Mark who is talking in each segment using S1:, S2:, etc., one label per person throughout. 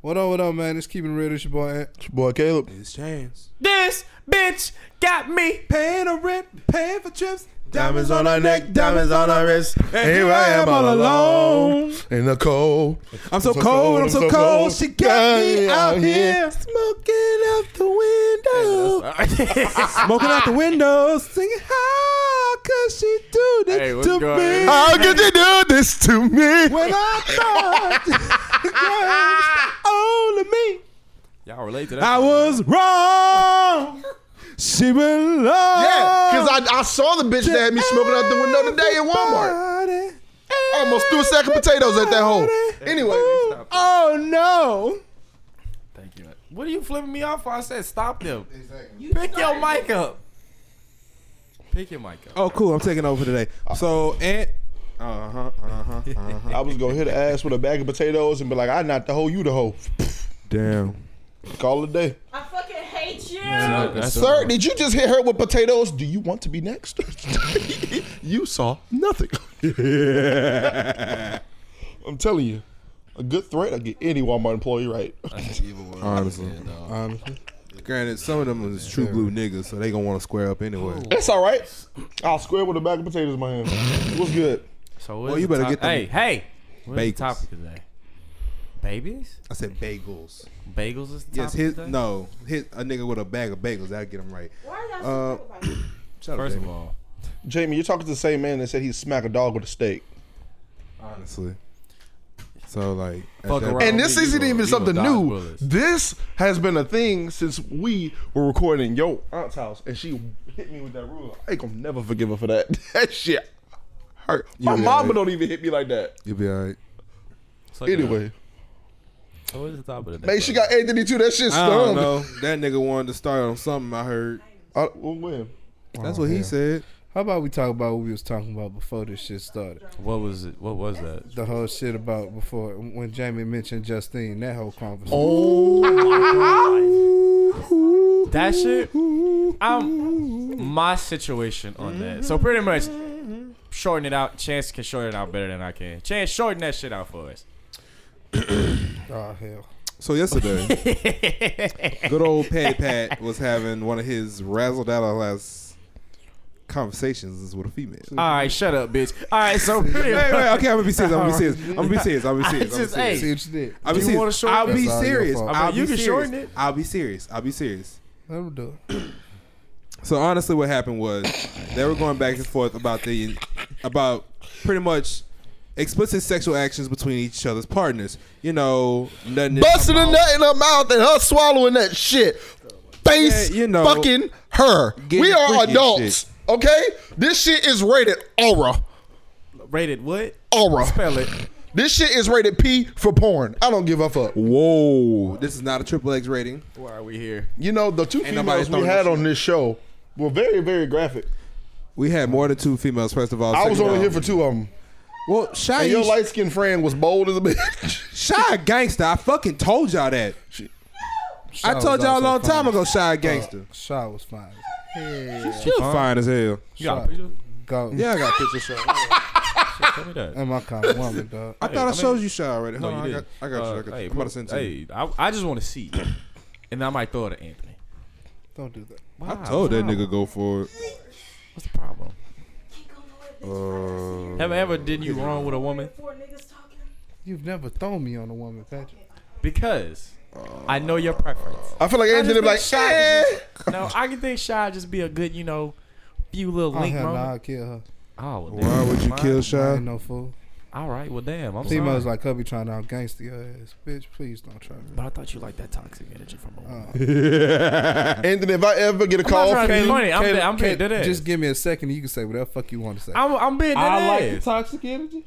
S1: What up, what up, man? It's keeping real. It's your boy Ant.
S2: It's your boy Caleb.
S1: It's Chance.
S3: This bitch got me
S1: Paying the rent, paying for trips.
S2: Diamonds on our neck, diamonds on our wrist. And here I am all alone in the cold.
S1: I'm so, cold, I'm so cold. She got me out here. Smoking out the window. Smoking out the window. Singing, how could she do this
S3: Hey, what's
S1: to
S3: going
S1: me?
S3: on?
S2: How could you do this to me?
S1: When I thought it was only me.
S3: Y'all relate to that?
S1: I was wrong. She belongs.
S2: Yeah, because I, I saw the bitch that had me smoking out the window today at Walmart. Almost threw a sack of potatoes at that hole. Anyway,
S1: Oh no.
S3: Thank you. What are you flipping me off for? I said stop them. Pick your mic up. Pick your mic up.
S1: Oh, cool. I'm taking over today. So, Aunt. Uh huh. Uh huh.
S2: I was going to hit the ass with a bag of potatoes and be like, I not the hoe, you the hoe.
S1: Damn.
S2: Call it a day.
S4: I fucking hate you.
S2: Sir, did you just hit her with potatoes? Do you want to be next? you saw nothing. I'm telling you, a good threat will get any Walmart employee right.
S1: Honestly. Honestly. Granted, some of them is true blue niggas, so they gonna want to square up anyway.
S2: That's all right. I'll square with a bag of potatoes in my hand. What's good?
S3: So
S1: Well, you better get them
S3: Hey, hey. What's the
S1: bagels.
S3: topic today? Babies?
S1: I said bagels.
S3: Bagels is the
S1: Yes,
S3: topic
S1: hit
S3: today?
S1: no hit a nigga with a bag of bagels. That'll get him right.
S4: Why are y'all
S1: Uh,
S4: so cool about me?
S1: Shut up,
S3: First of
S1: Jamie.
S3: all,
S2: Jamie, you're talking to the same man that said he'd smack a dog with a steak.
S1: honestly. So like, at
S3: Fuck
S1: that-
S3: around.
S2: And this
S3: You
S2: isn't
S3: gonna-
S2: even
S3: you gonna
S2: something
S3: dodge
S2: new.
S3: bullets.
S2: This has been a thing since we were recording in your aunt's house, and she hit me with that ruler. I ain't gonna never forgive her for that. that shit hurt. My
S1: Yeah,
S2: mama
S1: right.
S2: don't even hit me like that.
S1: you'll be alright.
S3: it's like a-
S2: Anyway,
S3: so what is the topic today?
S2: man, she got Anthony too. That shit
S1: I
S2: stung.
S1: don't know. That nigga wanted to start on something. I heard.
S2: I, well, when?
S1: That's what he said.
S5: How about we talk about what we was talking about before this shit started?
S3: What was it? What was that?
S5: The whole shit about before when Jamie mentioned Justine, that whole conversation.
S1: Oh.
S3: That shit. I'm my situation on that. So pretty much, shorten it out. Chance can shorten it out better than I can. Chance, shorten that shit out for us.
S5: Oh, hell.
S1: So yesterday, good old Pat Pat was having one of his razzle dazzle ass conversations with a female. Wait,
S3: All right, shut up, bitch. All right, so pretty
S1: wait,
S3: much.
S1: okay, I'm gonna be serious. I'm gonna be serious. I'm gonna be serious. I'm gonna be serious. I'm gonna be
S3: just-
S1: serious.
S3: hey,
S5: See what you did.
S1: I'll be
S3: You wanna
S1: serious.
S3: shorten
S1: I'll
S3: it?
S1: be
S5: That's all your
S1: serious.
S5: fault.
S3: I mean,
S1: I'll be
S3: you can
S1: serious.
S3: shorten it.
S1: I'll be serious. I'll be serious.
S5: That'll do it.
S1: So honestly, what happened was they were going back and forth about the about pretty much explicit sexual actions between each other's partners. You know, nothing.
S2: Busting a nut in her mouth and her swallowing that shit. Face
S1: Yeah, you know,
S2: fucking her.
S1: getting
S2: We are
S1: freaky
S2: adults,
S1: shit.
S2: okay? This shit is rated aura.
S3: Rated what?
S2: Aura.
S3: Spell it.
S2: This shit is rated P for porn. I don't give a fuck.
S1: Whoa! This is not a triple X rating.
S3: Why are we here?
S2: You know, the two
S1: nobody
S2: females we
S1: throwing that
S2: had
S1: shit.
S2: on this show were very, very graphic.
S1: We had more than two females. First of all,
S2: I was
S1: Second
S2: only
S1: of
S2: here
S1: all-
S2: for two of them.
S1: well, shy,
S2: And your light skinned friend was bold as a bitch.
S1: shy gangster. I fucking told y'all that. I told y'all a long time ago, shy gangster.
S3: Uh,
S5: Shaw was fine.
S1: you fine as hell.
S3: You got a picture?
S5: Go.
S1: Yeah, I got pictures. Shy.
S3: Tell me that.
S5: And my kind of woman, dog.
S1: I thought I,
S3: I mean-
S1: showed you shy already.
S3: No,
S1: Hold on,
S3: you
S1: Uh, I got,
S3: didn't.
S1: I got
S3: Uh,
S1: you. I got you.
S3: hey,
S1: I'm about to send it to you.
S3: Hey, I, I just want to see, and I might throw it at Anthony.
S5: Don't do that.
S3: Wow,
S1: I told that
S3: wow.
S1: nigga go for it.
S3: What's the problem?
S4: Can't go nowhere, bitch.
S3: Have I ever did you wrong with a woman?
S4: Four niggas talking.
S5: You've never thrown me on a woman, Patrick.
S3: Because I know your preference.
S2: I feel like
S3: I just
S2: Anthony
S3: think
S2: like,
S3: shy
S2: eh.
S3: is just- no, I can think shy just be a good, you know, few little
S5: Oh,
S3: link
S5: hell nah,
S3: moment.
S5: I'll kill her.
S3: Oh, well,
S1: Why
S3: damn,
S1: would you
S3: fine.
S1: kill
S5: I
S1: Shy?
S5: ain't no fool.
S3: All right, well, damn, I'm
S5: Females
S3: sorry.
S5: like her be trying to out gangster your ass. Bitch, please don't try me.
S3: but I thought you liked that toxic energy from a
S1: Uh,
S3: woman.
S2: Anthony, if I ever get a
S3: I'm
S2: call
S3: not trying
S2: from
S3: to be
S2: you,
S3: funny. I'm,
S5: Caleb,
S3: be- I'm being
S5: Caleb,
S3: dead ass.
S5: Just give me a second and you can say whatever the fuck you want to say.
S3: I'm, I'm being dead ass.
S5: toxic energy.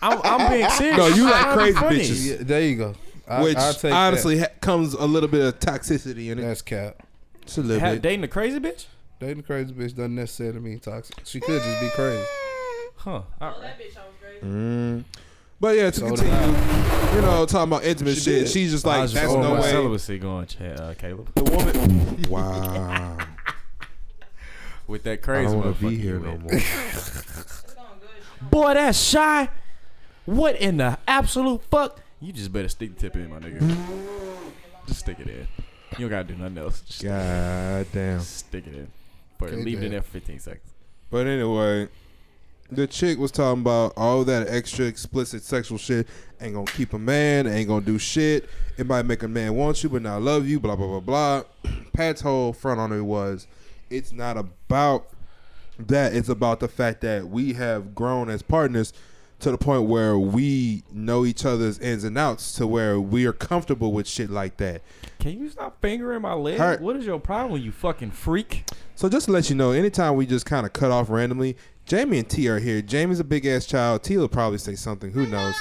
S3: I'm, I'm being serious.
S1: No,
S3: I'm
S1: you like
S3: trying to be
S1: crazy
S3: funny.
S1: bitches.
S5: Yeah, there you go. I,
S1: Which
S5: I'll take
S1: honestly ha- comes a little bit of toxicity in
S5: that.
S1: it.
S5: that's cap.
S1: It's a little
S3: Ha-
S1: bit.
S3: dating a crazy bitch?
S5: Dating a crazy bitch doesn't necessarily mean toxic. She could just be crazy.
S3: Huh. All right.
S4: That bitch, I was crazy.
S3: Mm.
S1: But yeah, to
S5: So did
S1: continue, you know, talking about intimate
S2: She
S1: shit.
S2: did.
S1: She's just like, that's
S3: Oh,
S1: no
S3: my
S1: way.
S3: Celibacy going, Ch- uh, Caleb.
S2: the woman,
S1: Wow,
S3: With that
S1: I
S3: crazy
S1: don't
S3: want to
S1: be here no more.
S4: It's going good.
S3: Boy, that's shy. What in the absolute fuck? You just better stick the tip in, my nigga. Just stick it in. You don't gotta do nothing else. Just
S1: God damn.
S3: stick it in. But
S5: Okay,
S3: leave it
S5: damn.
S3: in there for 15 seconds.
S1: But anyway, the chick was talking about all that extra explicit sexual shit ain't gonna keep a man, ain't gonna do shit. It might make a man want you but not love you, blah blah blah blah. Pat's whole front on it was it's not about that, it's about the fact that we have grown as partners to the point where we know each other's ins and outs to where we are comfortable with shit like that.
S3: Can you stop fingering my leg?
S1: Hurt.
S3: What is your problem, you fucking freak?
S1: So just to let you know, anytime we just kind of cut off randomly, Jamie and T are here. Jamie's a big ass child. T will probably say something. Who knows?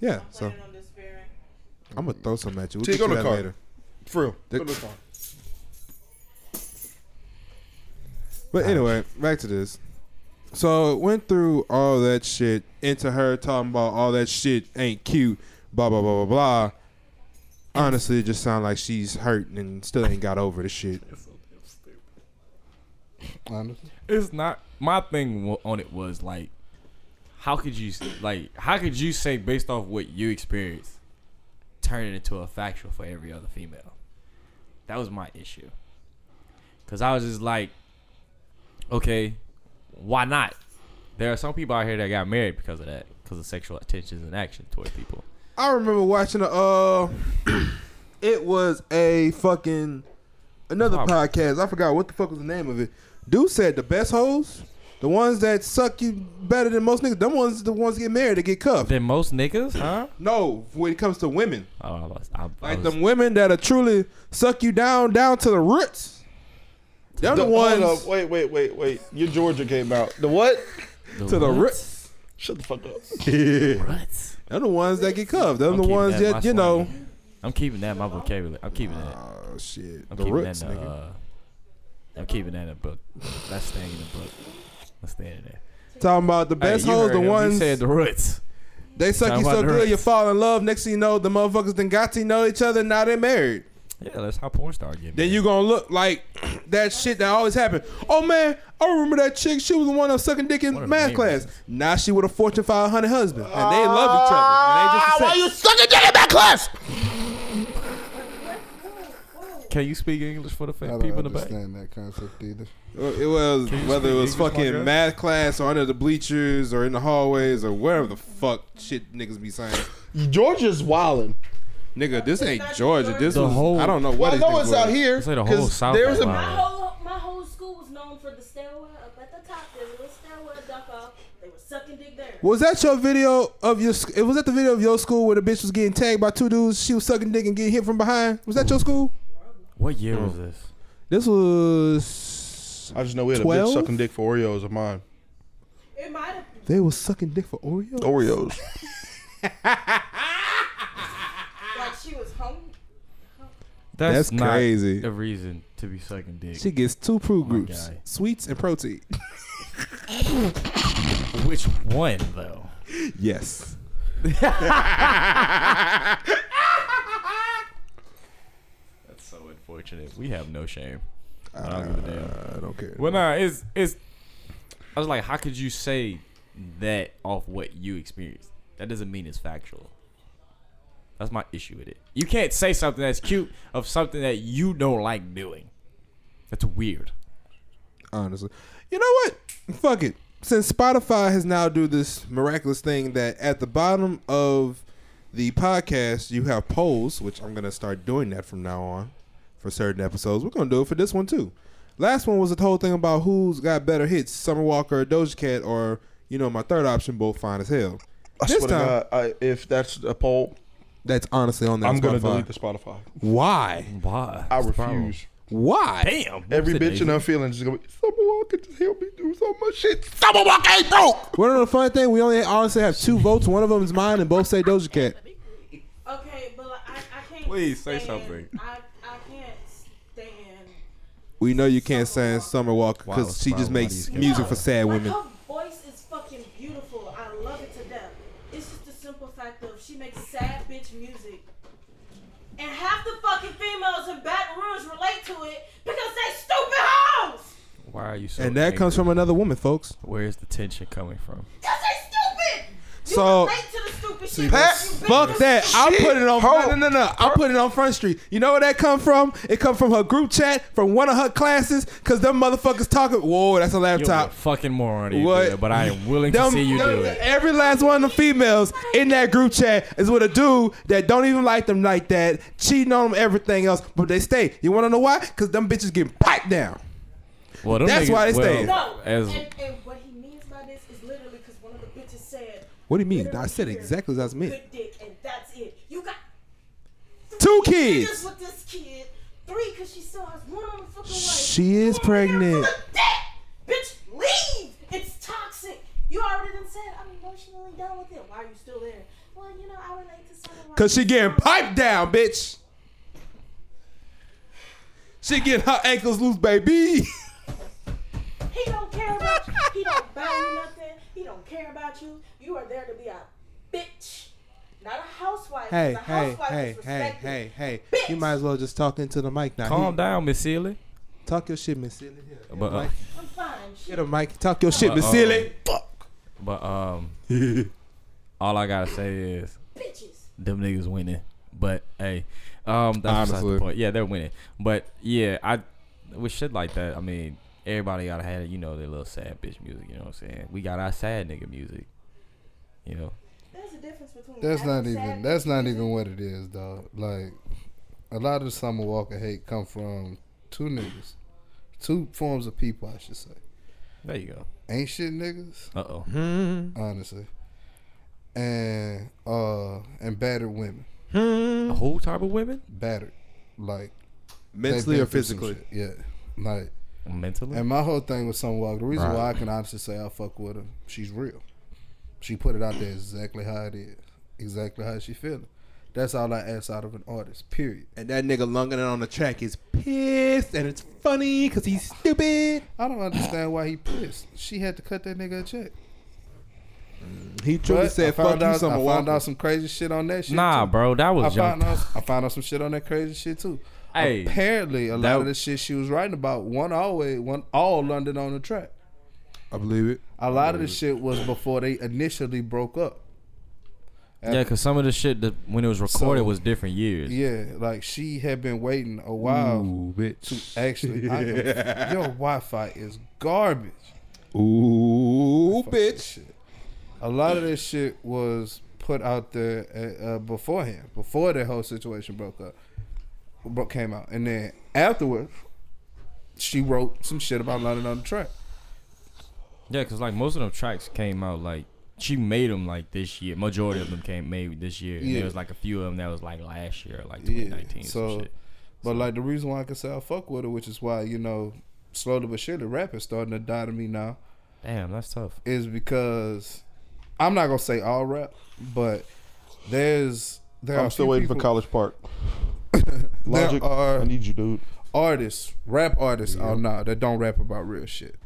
S1: Yeah. So
S4: Planning on despairing.
S1: I'm gonna throw some at you. We'll
S2: T,
S1: get
S2: go
S1: you
S2: to
S1: that
S2: the car.
S1: later.
S2: For real.
S1: The-
S2: Go to the car.
S1: But anyway, back to this. So it went through all that shit into her talking about all that shit ain't cute. Blah blah blah blah blah. Honestly, it just sounds like she's hurt and still ain't got over the shit.
S5: Honestly.
S3: It's not. My thing wa- on it was like, how could you s- like? How could you say based off what you experienced, turn it into a factual for every other female? That was my issue. Cause I was just like, okay, why not? There are some people out here that got married because of that, because of sexual attentions and action toward people.
S1: I remember watching a. Uh, it was a fucking another
S3: Wow.
S1: podcast. I forgot what the fuck was the name of it. Dude said the best hoes, the ones that suck you better than most niggas, them ones the ones that get married that get cuffed.
S3: Then most niggas, huh?
S1: No, when it comes to women,
S3: Oh, I was, I, I
S1: like
S3: was-
S1: them women that are truly suck you down down to the roots. They're the, ones
S2: hold up. Wait, wait, wait, wait. Your Georgia came out. The what?
S1: to the
S3: what?
S1: roots.
S2: Shut the fuck up.
S3: What?
S1: They're the ones that get cuffed. They're
S3: I'm
S1: the
S3: keeping
S1: ones
S3: that in my
S1: that you know.
S3: slang. I'm keeping that in my vocabulary. I'm keeping that.
S1: Oh shit,
S3: I'm
S1: the
S3: keeping
S1: roots,
S3: that in the,
S1: nigga.
S3: uh, I'm keeping that in the book. That's staying in the book. That's staying in there.
S1: Talking about the best
S3: Hey, you
S1: hoes,
S3: heard
S1: the
S3: him. He
S1: ones
S3: said the roots.
S1: They suck
S3: Talking
S1: you so
S3: about the
S1: good, you
S3: rest.
S1: fall in love. Next thing you know, the motherfuckers then got to know each other. Now they're married.
S3: Yeah, that's how porn star get.
S1: Then you gonna look like that shit that always happened. Oh man, I remember that chick. She was the one that was sucking dick in
S3: What a
S1: math
S3: name
S1: class.
S3: is this?
S1: Now she with a Fortune 500 husband, and they love each other. And
S2: Ah,
S1: they just the same.
S2: sucking dick in that class?
S3: Can you speak English for the
S5: I
S3: fa-
S5: don't
S3: people in the back?
S5: understand that concept either.
S1: Well, It was
S3: Can you
S1: whether
S3: speak
S1: it was
S3: English, my
S1: fucking
S3: guy?
S1: math class or under the bleachers or in the hallways or wherever the fuck shit niggas be saying.
S2: Georgia's wildin'.
S1: Nigga, this ain't Georgia. This
S3: The
S1: was
S3: whole-
S1: I don't know what
S2: Well, I
S1: these
S2: know
S1: niggas
S2: it's
S1: was.
S2: out here.
S3: It's like the
S2: 'cause
S3: whole South
S2: There's
S3: is
S2: a
S3: wild.
S4: My whole my whole school was known for the stairwell up at the top. There's a little stairwell duck off. They were sucking dick there.
S1: Was that your video of your? sc- It was that the video of your school where the bitch was getting tagged by two dudes. She was sucking dick and getting hit from behind. Was that your school?
S3: What year was this?
S1: This was.
S2: I just know we had a
S1: 12?
S2: bitch sucking dick for Oreos of mine.
S4: It might have
S1: They was sucking dick for Oreo.
S2: Oreos.
S4: like she was home.
S1: That's
S3: not
S1: crazy.
S3: A reason to be sucking dick.
S1: She gets two pro groups:
S3: God.
S1: sweets and protein.
S3: Which one though?
S1: yes.
S3: That's so unfortunate. We have no shame. I don't give a damn.
S1: I don't care.
S3: Well, nah, it's it's. I was like, how could you say that off what you experienced? That doesn't mean it's factual. That's my issue with it. You can't say something that's cute of something that you don't like doing. That's weird.
S1: honestly. You know what? Fuck it. Since Spotify has now do this miraculous thing that at the bottom of the podcast you have polls, which I'm gonna start doing that from now on for certain episodes. We're gonna do it for this one too. Last one was the whole thing about who's got better hits, Summer Walker or Doja Cat, or you know my third option, both fine as hell.
S2: I
S1: this
S2: swear
S1: time,
S2: to God, I, if that's a poll,
S1: that's honestly on that.
S2: I'm gonna
S1: Spotify.
S2: delete the Spotify.
S1: Why?
S3: Why?
S2: I refuse.
S1: Why?
S3: Damn.
S2: Every bitch in her feelings is gonna be Summer Walker just help me do so much shit. Summer Walker ain't broke.
S1: Well, no, the funny thing, we only honestly have two votes. One of them is mine, and both say Doja Cat.
S4: Okay, but like, I, I can't.
S3: Please say
S4: stand-
S3: something.
S4: I, I can't stand.
S1: We know you can't sing Summer Walker
S3: Wow,
S1: because she
S3: wow,
S1: just
S3: why
S1: makes
S3: these guys-
S1: music for sad
S4: like,
S1: women.
S4: Her voice is fucking beautiful. I love it to death. It's just the simple fact of she makes sad bitch music. And half the fucking females in Baton Rouge relate to it because they stupid hoes!
S3: Why are you so?
S1: And that comes from another woman, folks.
S3: Where's the tension coming from?
S4: Because they stupid! You
S1: So-
S4: relate to the stupid stupid shit.
S2: Pat,
S4: You bitch,
S1: Fuck that. I'll
S2: Shit.
S1: put it on
S2: Hold-
S1: no no no no. I'll put it on Front Street. You know where that come from? It come from her group chat from one of her classes cause them motherfuckers talking Whoa, that's a
S3: You're a
S1: laptop.
S3: fucking moron. if you do
S1: What?
S3: that, But I am willing to
S1: Them-
S3: see you
S1: them-
S3: do it.
S1: Every last one of the females in that group chat is with a dude that don't even like them like that, cheating on them, everything else, but they stay. You want to know why? Because them bitches getting piped down.
S3: Well, them
S1: That's
S3: niggas-
S1: why they
S3: well,
S1: staying.
S4: No.
S3: As
S4: and, and what he means by this is literally because one of the bitches said.
S1: What do you mean?
S4: literally
S1: I said
S4: here,
S1: exactly as I meant.
S4: Good dick, and that's it. You got
S1: Two
S4: three
S1: kids.
S4: with this kid. Three, cause she still has one on the fucking way.
S1: She is
S4: One right now
S1: pregnant.
S4: from the dick. Bitch, leave. It's toxic. You already done said I'm emotionally done with it. Why are you still there? Well, you know I relate to someone.
S1: Because she getting piped down, bitch. She getting her ankles loose, baby.
S4: He don't care about you. He don't buy you nothing. He don't care about you. You are there to be a bitch, not a housewife. 'cause a housewife is respected.
S1: hey.
S4: You might as
S1: well just talk into the mic now.
S3: calm down, Miss Sealy.
S1: Talk your shit, Miss Silly.
S3: But uh,
S4: I'm fine. Shit.
S1: Get a mic. Talk your
S5: Uh,
S1: shit, Miss
S3: Uh-oh.
S1: Silly.
S3: but um, all I gotta say is
S4: bitches.
S3: them niggas winning. But hey, um, that's Honestly.
S1: Honestly.
S3: the point. Yeah, they're winning. But yeah, I with shit like that. I mean, everybody gotta have you know their little sad bitch music. You know what I'm saying? We got our sad nigga music. You know,
S4: There's a difference between
S5: That's
S4: having
S5: not
S4: sad
S5: even. That's
S4: bitches
S5: not
S4: and-
S5: even what it is, dog. Like a lot of the Summer Walker hate come from two niggas, two forms of people, I should say.
S3: there you go.
S5: Ain't shit niggas,
S3: Uh oh.
S5: mm-hmm. honestly, and uh and battered women, Hmm.
S3: A whole type of women
S5: battered, like they've
S1: Mentally
S5: been
S1: or
S5: through some
S1: physically?
S5: shit. Yeah, like
S3: mentally.
S5: and my whole thing with Summer Walker. The reason
S1: Right.
S5: why I can honestly say I fuck with her, she's real. She put it out there exactly how it is, exactly how she feeling. That's all I ask out of an artist. Period.
S1: And that nigga lunging it on the track is pissed, and it's funny because he's stupid.
S5: I don't understand why he pissed. She had to cut that nigga a check.
S1: He truly
S5: But
S1: said,
S5: I found
S1: "Fuck
S5: out,
S1: you, Summer
S5: I found
S1: Walker."
S5: out some crazy shit on that shit.
S3: nah,
S5: too.
S3: bro, that
S5: I
S3: was
S5: found
S3: junk.
S5: out I found out some shit on that crazy shit too.
S3: Hey,
S5: Apparently, a
S3: that-
S5: lot of the shit she was writing about, one always, one all London on the track.
S1: I believe it.
S5: A lot of the shit was before they initially broke up.
S3: yeah, because some of the shit that when it was recorded was different years.
S5: Yeah, like she had been waiting a while
S1: Ooh, bitch.
S5: to actually. I, your Wi-Fi is garbage.
S1: Ooh, bitch.
S5: shit. A lot of this shit was put out there uh, uh, beforehand, before the whole situation broke up, bro- came out, and then afterwards, she wrote some shit about London on the track.
S3: Yeah, because like most of them tracks came out like she made them like this year. Majority of them came made this year. And
S5: Yeah.
S3: there was like a few of them that was like last year, like
S5: Yeah,
S3: 2019.
S5: so-
S3: some shit.
S5: But like the reason why I can say I fuck with her, which is why you know, slowly but surely, rap is starting to die to me now,
S3: damn, that's tough.
S5: is because I'm not gonna say all rap, but there's there are
S2: I'm still
S5: few
S2: waiting
S5: people,
S2: for College Park.
S5: There
S2: Logic,
S5: are-
S2: I need you, dude.
S5: artists, rap artists out now that don't rap about real shit.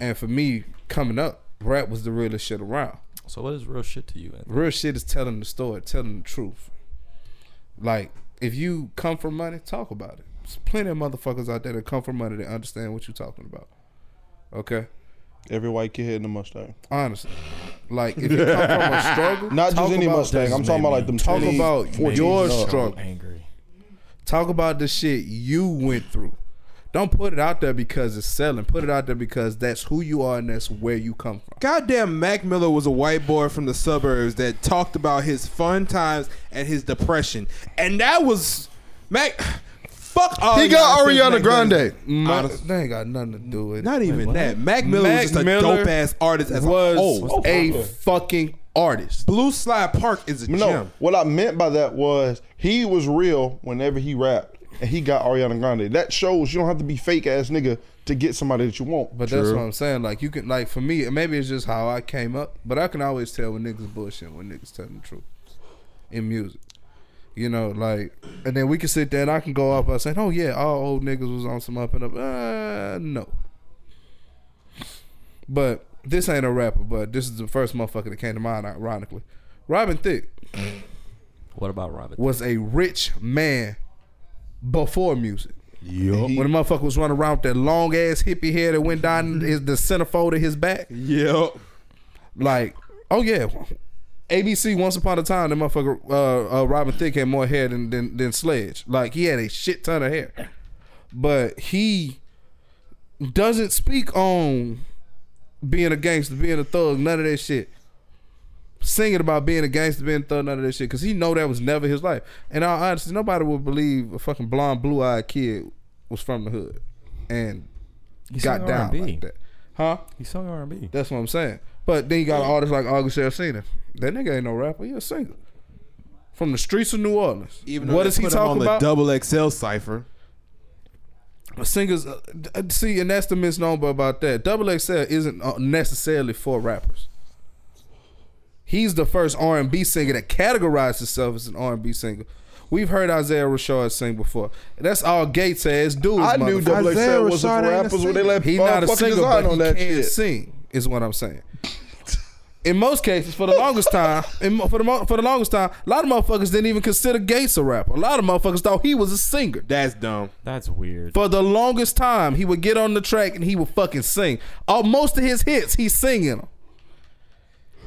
S5: And for me, coming up, rap was the realest shit around.
S3: So what is real shit to you? Anthony?
S5: Real shit is telling the story, telling the truth. Like, if you come from money, talk about it. There's plenty of motherfuckers out there that come from money that understand what you're talking about. Okay?
S2: Every white kid in the Mustang.
S5: Honestly. Like, if you come from a struggle,
S2: Not
S5: talk
S2: just any
S5: about-
S2: Mustang. I'm
S3: This
S2: talking about
S3: made
S2: like them.
S3: me-
S5: Talk
S2: 20s,
S5: about
S2: 40s.
S5: your
S2: No.
S5: struggle.
S3: Angry.
S5: Talk about the shit you went through. Don't put it out there because it's selling. Put it out there because that's who you are and that's where you come from.
S1: Goddamn, Mac Miller was a white boy from the suburbs that talked about his fun times and his depression, and that was Mac. Fuck all.
S2: He got
S1: y'all said
S2: Ariana
S1: Mac Miller-
S2: Grande.
S5: My,
S1: Honest-
S5: they ain't got nothing to do with it.
S1: Not even that. Mac Miller
S5: Mac
S1: was just a
S5: Miller
S1: dope ass artist as
S5: was
S1: a whole.
S2: Oh,
S5: a fucking artist.
S1: Blue Slide Park is a
S2: No,
S1: gem.
S2: what I meant by that was he was real whenever he rapped, and he got Ariana Grande. That shows you don't have to be fake ass nigga to get somebody that you want.
S5: But that's what I'm saying. Like you can, like for me, and maybe it's just how I came up, but I can always tell when niggas bullshit, when niggas telling the truth in music. You know, like, and then we can sit there and I can go off by saying, "Oh yeah, all old niggas was on some up and up." Uh, no. But this ain't a rapper. But this is the first motherfucker that came to mind. Ironically, Robin Thicke
S3: What about Robert?
S5: was a rich man before music.
S2: He-
S5: When the motherfucker was running around with that long ass hippie hair that went down his, the centerfold of his back,
S1: Yep.
S5: like, oh yeah, ABC Once Upon a Time, that motherfucker uh, uh, Robin Thicke had more hair than, than than Sledge. Like he had a shit ton of hair, but he doesn't speak on being a gangster, being a thug, none of that shit. Singing about being a gangster, being a thug, none of that shit, because he know that was never his life. And all honestly, nobody would believe a fucking blonde, blue eyed kid was from the hood and
S3: He
S5: got
S3: sung
S5: down
S3: R&B.
S5: like that, huh?
S3: He sung R and B.
S5: That's what I'm saying. But then you got artists like August Alsina. That nigga ain't no rapper. He a singer from the streets of New Orleans.
S1: Even
S5: what
S1: though
S5: does
S1: they
S5: he
S1: put him
S5: talk
S1: on
S5: about?
S1: The double XL cipher.
S5: Singers. Uh, d- uh, see, and that's the misnomer about that. Double XL isn't uh, necessarily for rappers. He's the first R and B singer that categorized himself as an R and B singer. We've heard Isaiah Rashad sing before. That's all Gates ass dudes.
S2: I knew
S5: motherfucker.
S2: Double
S1: Isaiah
S2: XL was for
S1: Rashad ain't a
S2: rappers when they let
S5: He's not a
S2: fucking
S5: singer,
S2: design
S5: but
S2: on
S5: he
S2: that
S5: can
S2: shit.
S5: sing. Is what I'm saying. In most cases, for the longest time, in, mo- for the mo- for the longest time, a lot of motherfuckers didn't even consider Gates a rapper. A lot of motherfuckers thought he was a singer.
S1: That's dumb.
S3: That's weird.
S5: For the longest time, he would get on the track and he would fucking sing. All most of his hits, he's singing them,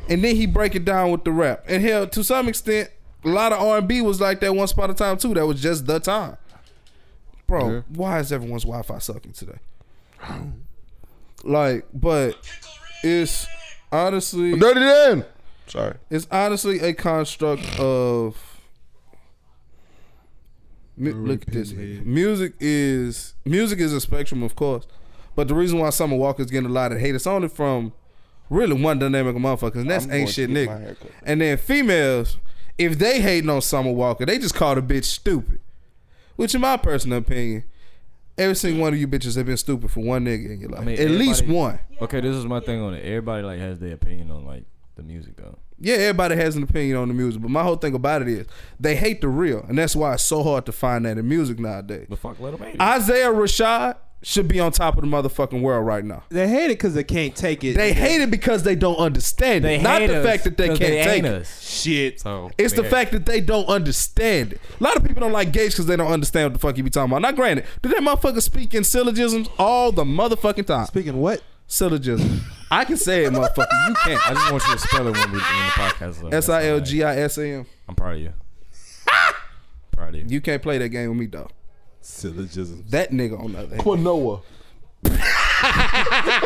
S5: and then he break it down with the rap. And hell, to some extent, a lot of R and B was like that once upon a time too. That was just the time, bro. Why is everyone's Wi Fi sucking today? like, but it's honestly
S2: Dirty Dan. Sorry.
S5: it's honestly a construct of. Mu- look at this. Music is music is a spectrum, of course, but the reason why Summer Walker's getting a lot of hate it's only from really one dynamic of motherfuckers, and that's
S2: I'm going
S5: ain't
S2: to
S5: shit
S2: get my hair
S5: nigga.
S2: cut.
S5: And then females, if they hating on Summer Walker, they just call the bitch stupid. Which, in my personal opinion, every single one of you bitches have been stupid for one nigga in your life,
S3: mean,
S5: at least
S3: everybody-
S5: one.
S3: Okay, this is my thing on it. Everybody like has their opinion on like the music though.
S5: Yeah, everybody has an opinion on the music, but my whole thing about it is they hate the real, and that's why it's so hard to find that in music nowadays.
S3: But fuck Little Baby.
S5: Isaiah Rashad should be on top of the motherfucking world right now.
S1: They hate it because they can't take it.
S5: They hate it because they don't understand it,
S3: They
S5: not
S3: hate
S5: the
S3: us
S5: fact that they
S3: 'cause
S5: can't take
S3: ain't
S5: it.
S3: us.
S1: shit.
S3: So
S5: It's the
S3: yeah.
S5: fact that they don't understand it. A lot of people don't like Gates because they don't understand what the fuck he be talking about. Now, granted, do that motherfucker speak in syllogisms all the motherfucking time?
S1: Speaking of what?
S5: Syllogism. I can say it, motherfucker. You can't.
S3: I just want you to spell it when we end the podcast. up.
S5: S i l g i s a m.
S3: I'm proud of you. proud of you.
S5: You can't play that game with me, though.
S1: Syllogism.
S5: That nigga on the other hand.
S2: Quinoa.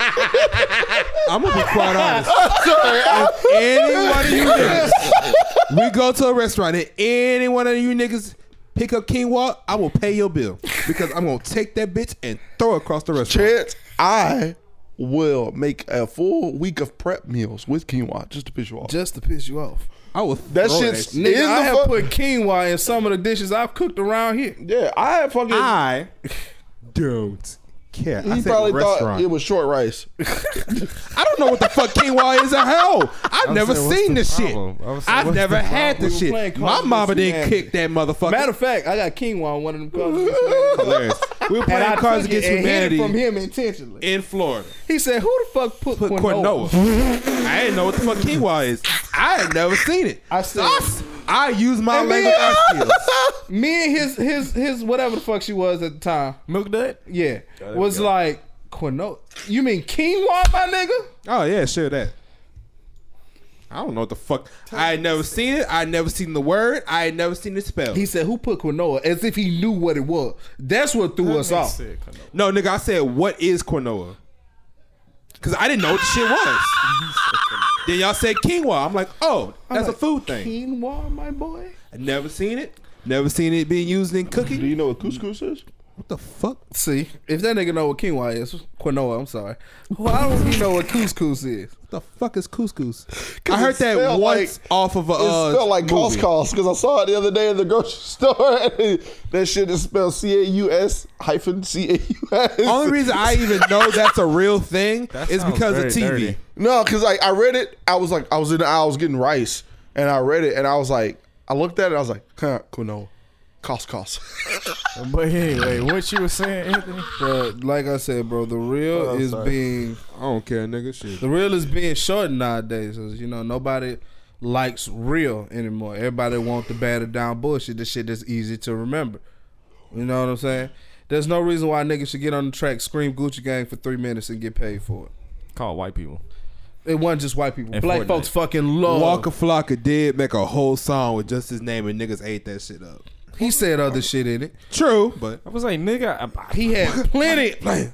S1: I'm gonna be quite honest. if any one of you niggas, we go to a restaurant and any one of you niggas pick up quinoa, I will pay your bill because I'm gonna take that bitch and throw it across the restaurant.
S2: Chance, I will make a full week of prep meals with quinoa just to piss you off.
S5: just to piss you off.
S1: I will.
S2: that
S1: throw
S2: shit's
S1: that shit.
S5: Nigga,
S2: in
S5: I
S2: the
S5: have
S2: fuck-
S5: put quinoa in some of the dishes I've cooked around here.
S2: Yeah, I have fucking.
S1: I don't care. Ah. I
S2: he
S1: said
S2: probably thought
S1: restaurant.
S2: it was short rice.
S1: I don't know what the fuck quinoa is at hell. I've
S3: I'm
S1: never
S3: saying, what's
S1: seen
S3: the
S1: this
S3: problem? I
S1: shit.
S3: was saying,
S1: I've
S3: what's
S1: never
S3: the
S1: had
S5: problem?
S1: this
S5: We were playing
S1: shit. My
S5: Call
S1: mama
S5: Duty
S1: didn't
S5: Humanity.
S1: kick that motherfucker.
S5: Matter of fact, I got quinoa on one of them covers.
S1: Hilarious. We were
S5: and
S1: playing
S5: I
S1: Cards
S5: took it
S1: Against
S5: and hid it
S1: Humanity
S5: from him intentionally.
S1: in Florida.
S5: He said, "Who the fuck put,
S1: Put
S5: quinoa?"
S1: quinoa. I didn't know what the fuck quinoa is. I had never seen it.
S5: I said-
S1: I, s- I use my
S5: And me-
S1: language skills.
S5: Me and his his his whatever the fuck she was at the time,
S3: Milk Dud?
S5: yeah,
S3: there
S5: was
S3: we go.
S5: like quinoa. You mean quinoa, my nigga?
S1: Oh yeah, sure that. I don't know what the fuck. I had never seen it. I had never seen the word. I had never seen it spelled.
S5: He said, "Who put quinoa?" As if he knew what it was. That's what threw us off.
S1: No, nigga, I said, what is quinoa? Because I didn't know what the shit was. then y'all said quinoa. I'm like, oh,
S5: I'm
S1: that's
S5: like,
S1: a food thing.
S5: Quinoa, my boy.
S1: I never seen it. Never seen it being used in
S2: Do
S1: cooking.
S2: you know what couscous is?
S1: What the fuck?
S5: See, if that nigga know what quinoa is, quinoa, I'm sorry. Why don't he know what couscous is?
S1: What the fuck is couscous?
S2: 'Cause
S1: I heard
S2: it
S1: that
S2: smell
S1: once
S2: like-
S1: off of a. uh,
S2: it smelled like
S1: movie.
S2: Costco because I saw it the other day in the grocery store. and that shit is spelled C A U S hyphen C A U S.
S1: Only reason I even know that's a real thing
S3: That
S1: is
S3: sounds
S1: because of
S3: very
S1: TV.
S3: dirty.
S2: No, because like I read it, I was like, I was in the aisle, I was getting rice, and I read it, and I was like, I looked at it, I was like, huh, Kuno, cost cost.
S3: But anyway, what you were saying, Anthony?
S5: But like I said, bro, the real
S2: Oh, I'm
S5: is
S2: sorry.
S5: being
S1: I don't care, nigga. Shit.
S5: the real is being shortened nowadays. 'cause, you know, nobody likes real anymore. Everybody want the battered down bullshit. The shit that's easy to remember. You know what I'm saying? There's no reason why niggas should get on the track, scream Gucci Gang for three minutes, and get paid for it.
S3: Call white people.
S5: It wasn't just white people.
S3: And
S5: Black
S3: Fortnite.
S5: folks fucking love.
S1: Walker Flocka did make a whole song with just his name, and niggas ate that shit up.
S5: He said other shit in it.
S1: True, but
S3: I was like, nigga, I,
S5: He had plenty.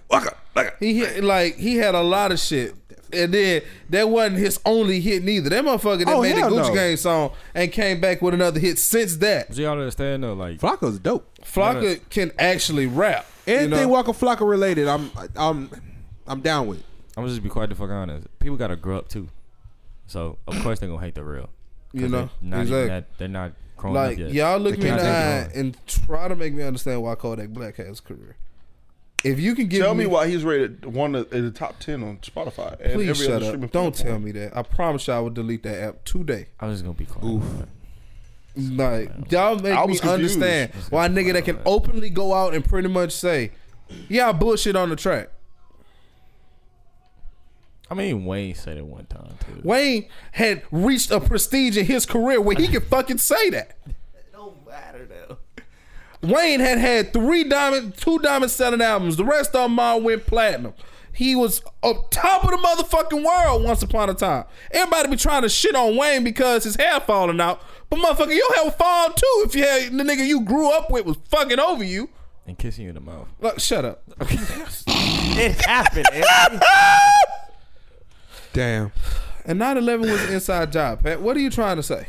S1: Walker, Flocka.
S5: He hit, like he had a lot of shit, and then that wasn't his only hit neither. That motherfucker that
S1: Oh,
S5: made the
S1: hell
S5: Gucci
S1: no.
S5: Gang song and came back with another hit since that.
S3: do y'all understand though? Like,
S1: Flocka's dope.
S5: Flocka can actually rap. you
S1: Anything
S5: know?
S1: Walker Flocka related, I'm I'm I'm down with.
S3: I'm just be quite the fuck honest. People gotta grow up too, so of course they gonna hate the real. 'Cause
S5: You know,
S3: they're not
S5: exactly.
S3: even that, they're not growing
S5: Like
S3: up yet.
S5: y'all look
S1: They
S5: me in the eye
S1: can't take
S5: and try to make me understand why Kodak Black has a career. If you can give
S2: Tell me why he's rated one of in the top ten on Spotify and
S5: please
S2: every
S5: shut
S2: other
S5: up.
S2: streaming.
S5: Don't tell me that. I promise you, I would delete that app today.
S3: I was just gonna be quiet.
S5: Like y'all make
S2: I
S5: me
S2: was confused.
S5: understand why a nigga that can openly go out and pretty much say, "Yeah, I bullshit on the track."
S3: I mean, Wayne said it one time too.
S5: Wayne had reached a prestige in his career where he could fucking say that. Wayne had had three diamond, two diamond selling albums. The rest of them all went platinum. He was up top of the motherfucking world once upon a time. Everybody be trying to shit on Wayne because his hair falling out, but motherfucker, your hair would fall out too if you had the nigga you grew up with was fucking over you.
S3: And kissing you in the mouth.
S5: Look, shut up.
S3: It happened.
S1: Damn.
S5: And 9-11 was an inside job, Pat. What are you trying to say?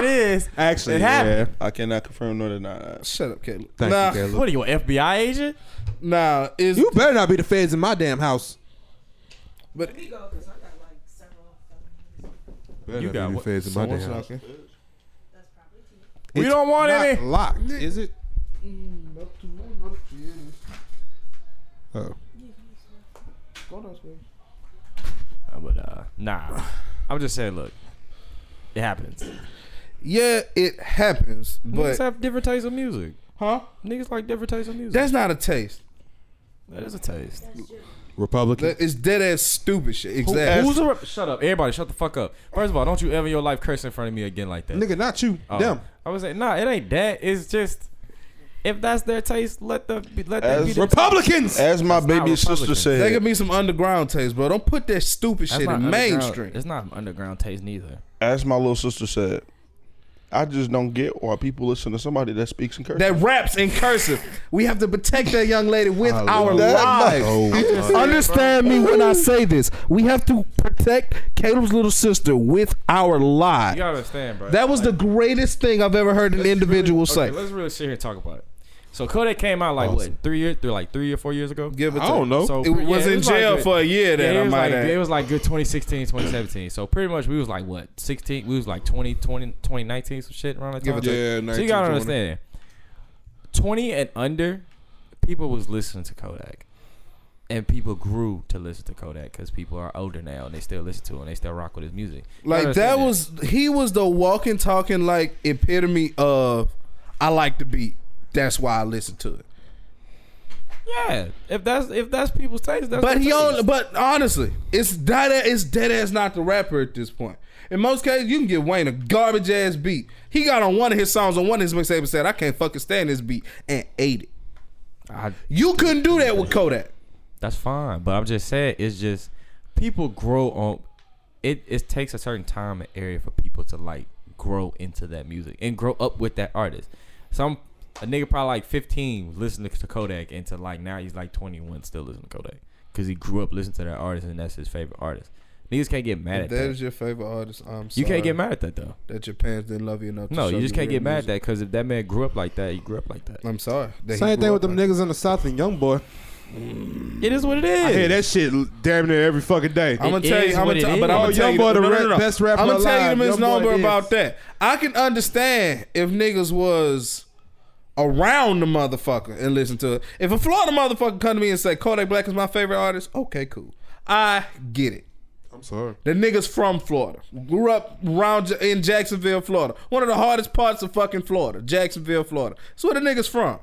S6: It is.
S1: Actually,
S6: It happened.
S2: I cannot confirm nor deny.
S5: Shut up, Caleb.
S1: Yeah. Thank
S5: nah,
S1: you, Caleb.
S3: What are you, an FBI agent?
S5: nah, is
S1: You better not be the feds in my damn house.
S5: but
S4: We go because I got like several.
S1: Better
S3: You
S1: not
S3: got
S1: be the
S3: what-
S1: feds in my damn
S4: That's
S1: house.
S4: probably two.
S3: We don't want
S1: not
S3: any.
S1: locked, is it? Oh,
S3: Uh, But uh, nah. I'm just saying, look, it happens.
S5: Yeah, it happens,
S3: Niggas
S5: but
S3: have different tastes of music.
S5: huh?
S3: Niggas like different tastes of music.
S5: That's not a taste.
S3: that is a taste.
S1: Republican.
S5: That- It's dead ass stupid shit. Exactly.
S3: Who's a rep- shut up, everybody? Shut the fuck up. First of all, don't you ever in your life curse in front of me again like that.
S1: Nigga, not you.
S3: Oh.
S1: Them.
S3: I was like, nah, it ain't that. It's just if that's their taste, let the let that
S2: As
S3: be. The
S1: Republicans.
S2: As my
S3: That's not
S2: baby sister
S3: Republican.
S5: that
S2: said,
S5: could be some underground taste, bro. Don't put that stupid
S3: That's
S5: shit
S3: not
S5: in
S3: underground-
S5: mainstream.
S3: It's not underground taste neither.
S2: as my little sister said, I just don't get why people listen to somebody that speaks in cursive.
S5: That raps in cursive. We have to protect that young lady with
S1: I
S5: our
S1: love that.
S5: lives.
S1: Oh,
S5: Understand me when I say this. We have to protect Caleb's little sister with our lives.
S3: You gotta understand, bro.
S5: That was the greatest thing I've ever heard an individual
S3: Let's really-
S5: say.
S3: Okay, let's really sit here and talk about it. So Kodak came out like
S1: Awesome.
S3: what three years, through like three or four years ago.
S5: Give it
S1: I don't know.
S3: So
S5: It
S3: yeah,
S5: was in
S3: like
S5: jail
S3: good-
S5: for a year then,
S3: it
S5: I
S3: was
S5: might
S3: like,
S5: add.
S3: It was like good 2016, 2017. So pretty much we was like what 16. We was like 20, 20 2019, some shit around that
S5: Give
S3: time.
S5: or
S1: take. Yeah, 19,
S3: so you gotta
S1: 20.
S3: understand, 20 and under, people was listening to Kodak, and people grew to listen to Kodak because people are older now and they still listen to him. They still rock with his music. You
S5: Like
S3: understand
S5: that was he was the walking, talking like epitome of I like the beat. That's why I listen to it.
S3: yeah. If that's if that's people's taste, that's
S5: But
S3: their
S5: he
S3: taste.
S5: only but honestly, it's dead ass, it's dead ass not the rapper at this point. In most cases, you can give Wayne a garbage ass beat. He got on one of his songs on one of his mixtapes and said, I can't fucking stand this beat and ate it.
S3: I-
S5: You couldn't do that with Kodak.
S3: That's fine, but I'm just saying it's just people grow on. It it takes a certain time and area for people to like grow into that music and grow up with that artist. Some a nigga probably like 15 listening to Kodak and to like now he's like 21 still listening to Kodak because he grew up listening to that artist and that's his favorite artist. Niggas can't get mad at that.
S5: your favorite artist, I'm
S3: You can't get mad at that though.
S5: that your parents didn't love you enough.
S3: No, you just can't get mad at that because if that man grew up like that, he grew up like that.
S5: I'm sorry.
S1: Same thing with them niggas in the South and Young Boy.
S3: It is what it is.
S1: I hear that shit damn near every fucking day.
S5: I'm gonna
S3: It
S5: tell you,
S3: is
S5: I'm
S3: what
S5: gonna
S3: it
S5: tell,
S3: is.
S5: but I'm
S1: Oh,
S5: gonna tell you,
S1: Youngboy the
S5: no, no,
S1: rap-
S5: no, no.
S1: best rapper
S5: I'm gonna tell you the
S1: alive.
S5: misnomer
S1: Youngboy is.
S5: about that. I can understand if niggas was around the motherfucker and listen to it. If a Florida motherfucker come to me and say Kodak Black is my favorite artist, okay, cool, I get it.
S1: I'm sorry.
S5: The niggas from Florida grew up around J- in Jacksonville, Florida. One of the hardest parts of fucking Florida, Jacksonville, Florida. That's where the niggas from.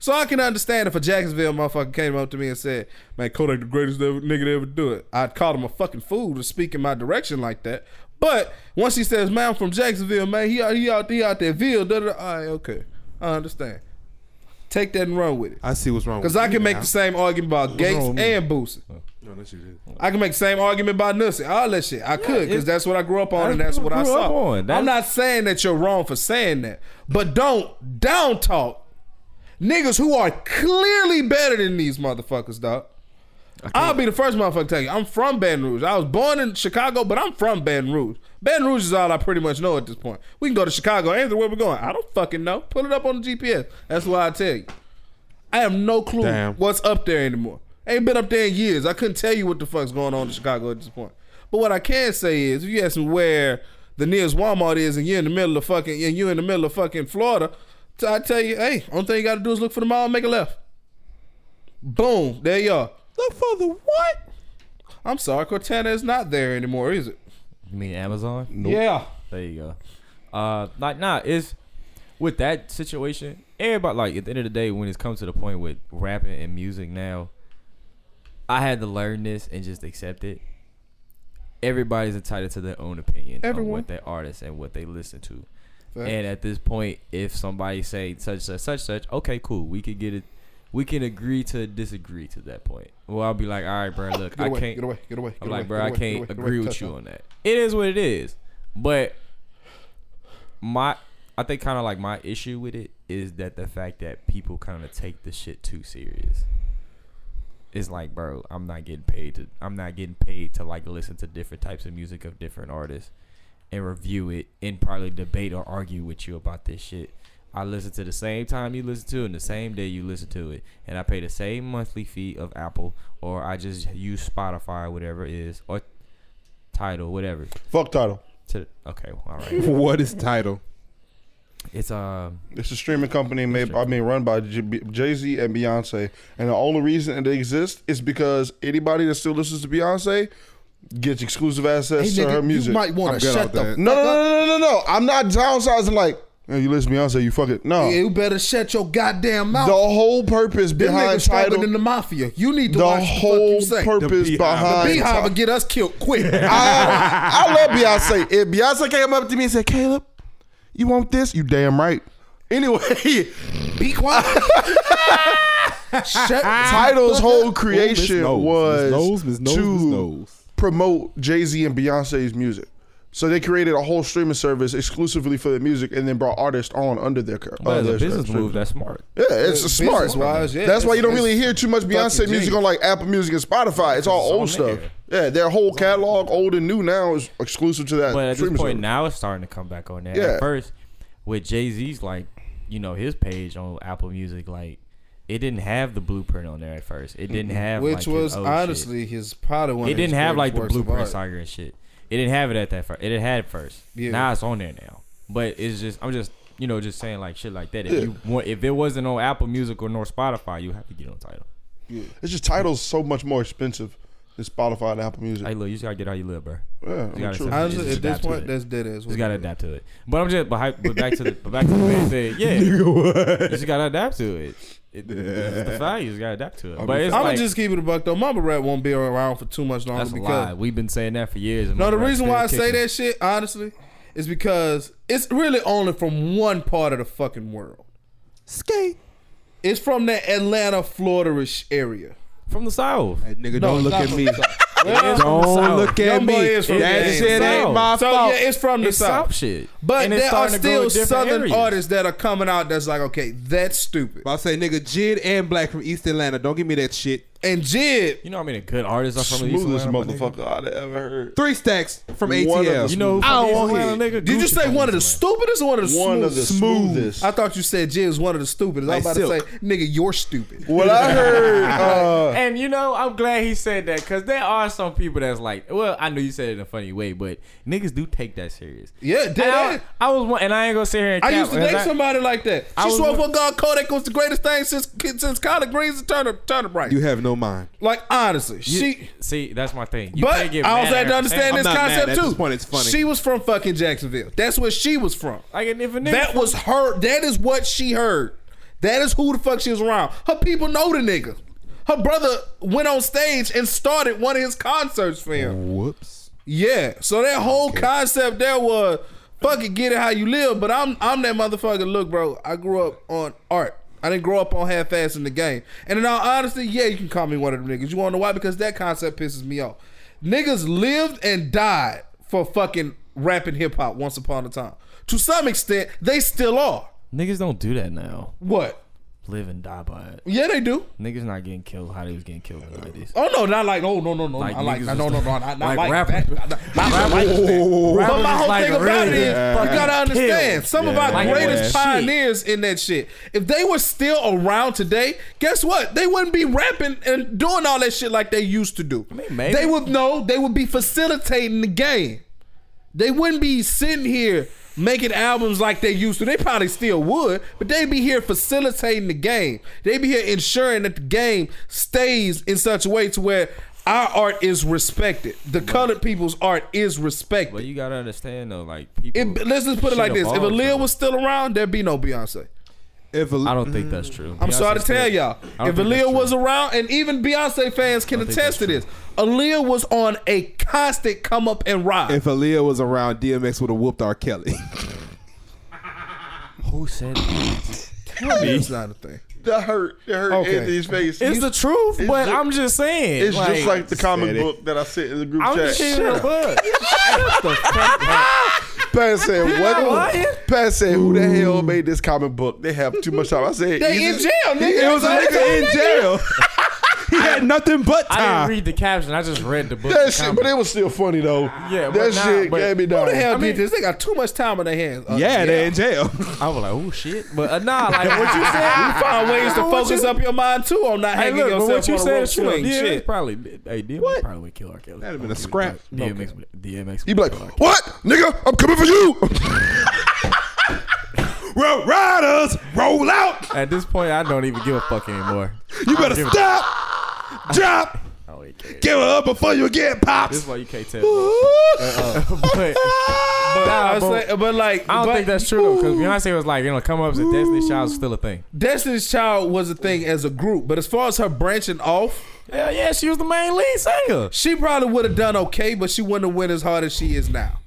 S5: So I can understand if a Jacksonville motherfucker came up to me and said, "Man, Kodak the greatest ever, nigga to ever do it." I'd call him a fucking fool to speak in my direction like that. But once he says, "Man, I'm from Jacksonville, man," he out he out he out there, Ville, da da. da," All right, okay, I understand. Take that and run with it.
S1: I see what's wrong.
S5: Because
S1: with
S5: I
S1: you
S5: can make
S1: now.
S5: the same argument about Gates
S6: wrong with me?
S5: and Boosie.
S1: No, that's you did.
S5: I can make the same argument about Nussie. All that shit. I could, because
S6: it-
S5: that's what I grew up on and
S6: that's
S5: that's what
S6: what
S5: I
S6: you grew up
S5: saw.
S6: on. That's-
S5: I'm not saying that you're wrong for saying that. But don't down talk niggas who are clearly better than these motherfuckers, dog. I'll be the first motherfucker to tell you. I'm from Baton Rouge. I was born in Chicago, but I'm from Baton Rouge. Baton Rouge is all I pretty much know at this point. We can go to Chicago. Anthony, where we going? I don't fucking know. Put it up on the GPS. That's why I tell you. I have no clue
S1: Damn.
S5: what's up there anymore. Ain't been up there in years. I couldn't tell you what the fuck's going on in Chicago at this point. But what I can say is, if you ask me where the nearest Walmart is, and you're in the middle of fucking, and you're in the middle of fucking Florida, t- I tell you, hey, only thing you got to do is look for the mall and make a left. Boom, there you are. Look for the what? I'm sorry, Cortana is not there anymore, is it?
S3: You mean Amazon?
S5: Yeah.
S3: There you go. Uh, like nah, it's with that situation. Everybody like at the end of the day, when it's come to the point with rapping and music now, I had to learn this and just accept it. Everybody's entitled to their own opinion on
S5: Everyone.
S3: what their artists and what they listen to.
S5: Facts.
S3: And at this point, if somebody say such such such such, okay, cool, we could get it. We can agree to disagree to that point. Well, I'll be like, all right, bro, look,
S5: Get
S3: I
S5: away,
S3: can't.
S5: get away, get away. Get
S3: I'm
S5: away,
S3: like, bro,
S5: get
S3: I
S5: away,
S3: can't
S5: get away, get away,
S3: agree with you
S5: touchdown.
S3: on that. It is what it is. But my, I think kind of like my issue with it is that the fact that people kind of take the shit too serious. It's like, bro, I'm not getting paid to, I'm not getting paid to like listen to different types of music of different artists and review it and probably debate or argue with you about this shit. I listen to the same time you listen to it and the same day you listen to it. And I pay the same monthly fee of Apple or I just use Spotify, whatever it is, or Title, whatever.
S2: Fuck title.
S3: To, okay, well, all right.
S1: What is title?
S3: It's um
S2: It's a streaming company made, I mean, run by Jay Z and Beyonce, and the only reason it exists is because anybody that still listens to Beyonce gets exclusive access
S5: Hey,
S2: to
S5: nigga,
S2: her music.
S5: You might
S1: I'm
S5: want to
S1: good
S5: shut
S1: on
S5: the
S1: that.
S2: no, no, no, no, no, no, no. I'm not downsizing. Like, hey, you listen to Beyonce, you fuck it. No,
S5: Yeah, you better shut your goddamn
S2: the
S5: mouth.
S2: whole purpose
S5: Them niggas
S2: behind
S5: stronger
S2: title,
S5: than the mafia. You need to
S2: the
S5: watch
S2: whole
S5: the fuck you say.
S2: purpose
S1: The beehive.
S2: behind
S5: Beehive will get us killed quick.
S2: I, I love Beyonce. If Beyonce came up to me and said, Caleb, you want this? You damn right. Anyway,
S5: Be quiet. Shut
S2: Title's whole
S1: Miss
S2: creation
S1: Knowles, Miss
S2: was
S1: Knowles, Miss Knowles, Miss
S2: to
S1: Knowles.
S2: promote Jay Z and Beyonce's music. So they created a whole streaming service exclusively for their music, and then brought artists on under their. Uh,
S3: but it's a
S2: their
S3: business
S2: stream.
S3: move that's smart.
S2: Yeah, it's
S5: Business
S2: smart.
S5: wise, yeah,
S2: That's why you don't
S5: it's-
S2: really hear too much Beyonce
S5: fucking
S2: music
S5: genius.
S2: on like Apple Music and Spotify. It's all old
S3: on there.
S2: stuff. Yeah, their whole catalog, old and new, now is exclusive to that.
S3: But at this
S2: streaming
S3: point
S2: service.
S3: now it's starting to come back on that.
S2: Yeah.
S3: At first, with Jay Z's like, you know, his page on Apple Music, like it didn't have the blueprint on there at first. It didn't have
S5: Which
S3: like, his
S5: was
S3: old
S5: honestly his probably one.
S3: shit.
S5: of
S3: it didn't
S5: his
S3: have like the
S5: greatest works of
S3: blueprint
S5: art.
S3: saga and shit. It didn't have it at that first. It had it first.
S5: Yeah.
S3: Now it's on there now. But it's just I'm just you know just saying like shit like that. If you want, if it wasn't on Apple Music or nor Spotify, you have to get on title.
S2: It's just titles so much more expensive than Spotify and Apple Music.
S3: Hey, look, you just gotta get how you live, bro.
S2: yeah,
S3: you gotta
S2: true.
S3: accept it.
S5: Honestly,
S3: Just
S5: at this
S3: adapt to
S5: point,
S3: it.
S5: that's dead ass.
S3: Just gotta adapt to it. But I'm just but, hy- but back to the but back to the main thing. Yeah, you just gotta adapt to it. it It's the value. You just gotta adapt to it. But it's
S5: I'm
S3: like,
S5: gonna just keep it a buck though. Mama Rat won't be around for too much longer
S3: that's a
S5: because
S3: lie. We've been saying that for years. and
S5: no.
S3: my
S5: The
S3: breath
S5: reason
S3: still
S5: why I say
S3: kicking.
S5: that shit honestly is because it's really only from one part of the fucking world.
S1: Skate.
S5: It's from that Atlanta, Florida-ish area.
S3: from the south.
S1: Hey, nigga,
S5: No,
S1: don't look
S5: it's
S1: at
S5: not
S1: me.
S3: It's from the
S1: Don't
S3: south.
S1: look
S5: Young
S1: at
S5: boy
S1: me.
S5: is from
S1: that
S5: the
S1: shit
S5: South.
S1: ain't my
S5: So
S1: fault.
S5: yeah, it's from the
S3: It's
S5: south.
S3: south shit.
S5: But
S3: And it's
S5: there are
S3: starting to go
S5: still
S3: in different
S5: southern
S3: areas.
S5: artists that are coming out that's like, okay, that's stupid.
S1: But I say nigga, Jid and Black from East Atlanta. Don't give me that shit.
S5: And Jid,
S3: You know how many good artists are from the East
S2: Smoothest
S3: Atlanta, my nigga?
S2: motherfucker I'd ever heard.
S1: Three stacks from
S2: One of
S1: ATL.
S2: the-
S3: You know, who
S2: I
S3: from
S2: don't
S3: East
S2: want
S3: Atlanta, nigga?
S5: did you
S3: Gucci
S5: say
S3: from
S5: one of the
S3: East
S5: stupidest or one of the
S2: One of the
S5: smoothest?
S2: smoothest.
S5: I thought you said Jid was one of the stupidest. I
S1: Like
S5: was about
S1: Silk.
S5: to say, nigga, you're stupid.
S2: What I heard, uh,
S3: Atlanta. And you know, I'm glad he said that because there are some people that's like, well, I know you said it in a funny way, but niggas do take that serious.
S5: Yeah, dead
S3: And I,
S5: ass.
S3: I was one, and I ain't gonna sit here and.
S5: I
S3: cap,
S5: used to
S3: because
S5: date
S3: I-
S5: somebody like that.
S3: I
S5: She
S3: was
S5: swore for
S3: one-
S5: God Kodak was the greatest thing since since collard greens and turnip turnip rice.
S1: You have no mind.
S5: like honestly, she.
S3: You- see, that's my thing. You
S5: but
S3: can't get
S5: I
S3: mad
S5: also
S3: at
S5: had to
S3: her.
S5: understand
S1: I'm
S5: this
S1: not mad.
S5: concept
S1: At
S5: too.
S1: this point, it's funny.
S5: She was from fucking Jacksonville. That's where she was from.
S3: Like, and if a nigga
S5: That
S3: from-
S5: was her. That is what she heard. That is who the fuck she was around. Her people know the nigga. Her brother went on stage and started one of his concerts for him.
S1: Whoops.
S5: Yeah. So that whole concept there was fucking get it how you live. But I'm I'm that motherfucker. Look, bro. I grew up on art. I didn't grow up on half ass in the game. And in all honesty, yeah, you can call me one of them niggas. You wanna know why? Because that concept pisses me off. Niggas lived and died for fucking rapping hip hop once upon a time. To some extent, they still are.
S3: Niggas don't do that now.
S5: What?
S3: Live and die by it.
S5: Yeah, they do.
S3: Niggas not getting killed how they was getting killed in the 90s.
S5: Oh no, not like oh no no no
S3: Like
S5: I like
S3: niggas
S5: no
S3: was-
S5: no no no not, not
S3: like
S5: like,
S3: rappers.
S5: that. Not, not like that. But my
S3: Rappers
S5: whole
S3: like
S5: thing about it
S3: really
S5: is you gotta understand some of our
S3: Like
S5: greatest
S3: that.
S5: pioneers in that shit. If they were still around today, guess what? They wouldn't be rapping and doing all that shit like they used to do.
S3: mean, maybe.
S5: They would no, they would be facilitating the game. They wouldn't be sitting here making albums like they used to. They probably still would, but they'd be here facilitating the game. They'd be here ensuring that the game stays in such a way to where our art is respected. The colored people's art is
S3: But
S5: respected.
S3: you gotta understand though, like people.
S5: It, let's just put it
S3: shit
S5: like this: If
S3: evolves,
S5: Aaliyah
S3: though.
S5: was still around, there'd be no Beyonce.
S1: If a,
S3: I don't think that's true.
S5: I'm
S3: Beyonce
S5: sorry to
S3: still-
S5: tell y'all.
S3: I don't
S5: If
S3: think that's
S5: Aaliyah
S3: true.
S5: was around, and even Beyonce fans can
S3: think
S5: attest to
S3: that's
S5: this, Aaliyah was on a constant come up and rise.
S1: if Aaliyah was around, DMX would have whooped R. Kelly.
S3: who said that?
S5: That's not a thing.
S2: That hurt. That hurt
S5: Okay.
S2: Anthony's face.
S3: it's the truth,
S2: it's
S3: but
S2: ju-
S3: I'm just saying.
S2: It's just like the comic
S1: said it.
S2: book that I sent in the group
S3: I'm
S2: chat.
S3: just keeping it a buck.
S2: Pat said,
S3: not lying.
S2: "What?" Pat said, "Who the hell made this comic book? They have too much time." I said,
S5: They
S2: "Is
S5: in jail, nigga.
S1: it was a nigga in jail. he had nothing but
S3: I didn't
S1: time.
S3: read the caption. I just read the book.
S2: That
S3: the
S2: shit,
S3: comic.
S2: but it was still funny though.
S3: Yeah,
S2: that
S3: but nah,
S2: shit
S3: but-
S2: gave me
S5: Who
S2: down.
S5: the hell
S3: mean-
S5: did this? They got too much time on their hands. Uh,
S1: Yeah, they in jail.
S3: I was like, oh shit. But uh, nah, like what you said.
S5: You find ways to
S3: But what
S5: focus
S3: you-
S5: up your mind too on not
S3: Hey,
S5: hanging
S3: look, but
S5: yourself
S3: what you
S5: on
S3: said
S5: a
S3: is
S5: rope
S3: true.
S5: swing.
S3: DMX
S5: Shit.
S3: probably, hey, DMX probably would kill R. Kelly.
S1: That'd have been a
S3: Okay,
S1: scrap.
S3: DMX, would- DMX.
S2: You be like, "What, nigga? I'm coming for you."
S3: Oh,
S1: Road riders, roll out.
S3: at this point, I don't even give a fuck anymore.
S1: You better
S3: give a-
S1: stop, drop,
S3: I don't even care.
S1: give it up before you get
S3: This is
S1: pops.
S3: why you can't tell. me. but,
S1: ah.
S3: but,
S5: I
S3: nah,
S5: was
S3: but,
S5: like- but like,
S3: I don't
S5: but
S3: think that's true though, because Beyonce was like, you know, come ups and Destiny Child is still a thing.
S5: Destiny's Child was a thing as a group, but as far as her branching off,
S3: Hell yeah, she was the main lead singer.
S5: she probably would have done okay, but she wouldn't have went as hard as she is now.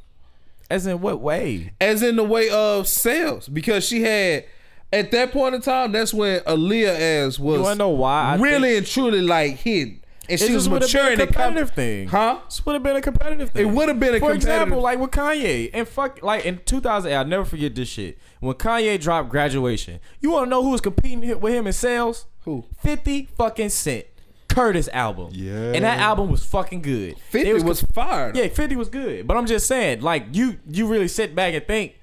S3: As in what way?
S5: as in the way of sales because she had at that point in time that's when Aaliyah as was
S3: You wanna know why I
S5: really and truly like hidden and
S3: It
S5: she was
S3: just would've been
S5: maturing
S3: a
S5: and com-
S3: competitive thing,
S5: huh
S3: This would have been a competitive thing.
S5: It would've been a
S3: For example,
S5: competitive-
S3: like with Kanye and fuck, like in 2008, I'll never forget this shit. When Kanye dropped Graduation, you want to know who was competing hi- with him in sales?
S5: Who?
S3: 50 fucking Cent. Curtis album.
S1: Yeah.
S3: And that album was fucking good.
S5: 50
S3: They
S5: was, fired
S3: Yeah, 50 was good. But I'm just saying, like, you you really sit back and think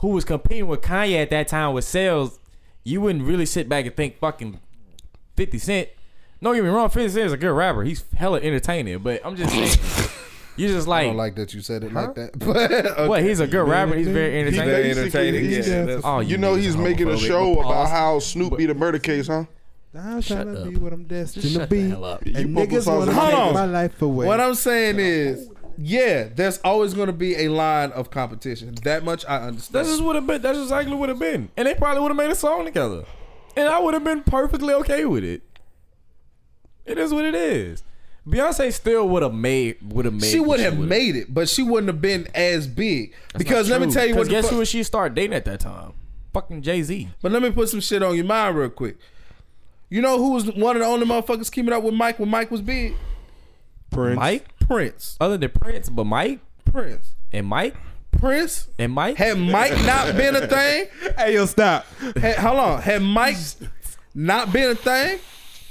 S3: who was competing with Kanye at that time with sales, you wouldn't really sit back and think fucking 50 Cent. Don't get me wrong, 50 Cent is a good rapper. He's hella entertaining. But I'm just saying, you just
S5: I
S3: like,
S5: don't like that you said it like that but okay.
S3: what, he's a good rapper. He's very
S5: He's
S3: entertaining.
S5: very entertaining
S2: He's
S5: yeah,
S2: definitely-
S5: that's-
S3: Oh,
S2: you know
S3: niggas
S2: he's
S3: are
S2: making a
S3: homophobic.
S2: show
S3: But
S2: about
S3: pause.
S2: how Snoop be the murder case, huh?
S1: I'm trying to be what I'm destined
S3: Shut the hell up.
S2: You put this on
S1: wanna
S2: the
S5: Hold
S1: take
S5: on.
S1: life away.
S5: what I'm saying is yeah there's always going to be a line of competition that much I understand
S3: That's just what it been. That's exactly what it been. And they probably would have made a song together, and I would have been perfectly okay with it. It is what it is. Beyonce still would have made would have made.
S5: she
S3: what
S5: would have
S3: would've-
S5: made it but she wouldn't have been as big
S3: That's
S5: because
S3: not
S5: let me
S3: true.
S5: tell you
S3: 'Cause
S5: what the
S3: Guess
S5: fu-
S3: who she started dating at that time? Fucking Jay Z.
S5: But let me put some shit on your mind real quick. You know who was one of the only motherfuckers keeping up with Mike when Mike was big?
S1: Prince.
S3: Mike,
S5: Prince.
S3: other than Prince, but Mike
S5: Prince.
S3: and Mike
S5: Prince.
S3: and Mike.
S5: Had Mike not been a thing?
S1: Hey, yo, stop.
S5: Had, hold on. Had Mike not been a thing?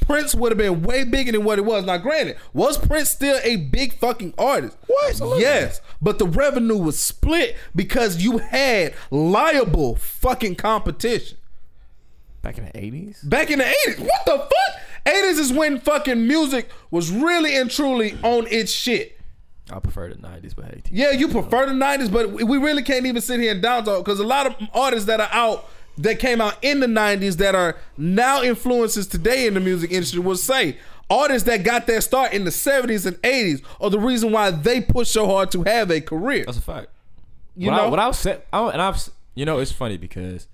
S5: Prince would have been way bigger than what it was. Now, granted, was Prince still a big fucking artist? What? Yes, but the revenue was split because you had liable fucking competition.
S3: Back in the eighties.
S5: Back in the 80s. What the fuck? 80s is when fucking music was really and truly on its shit.
S3: I prefer the nineties, but hey,
S5: Yeah, you prefer the 90s, but we really can't even sit here and down talk because a lot of artists that are out that came out in the 90s that are now influences today in the music industry will say artists that got their start in the 70s and 80s are the reason why they push so hard to have a career.
S3: that's a fact.
S5: You
S3: what I,
S5: know?
S3: what I was sa- I, and I've s- you know it's funny because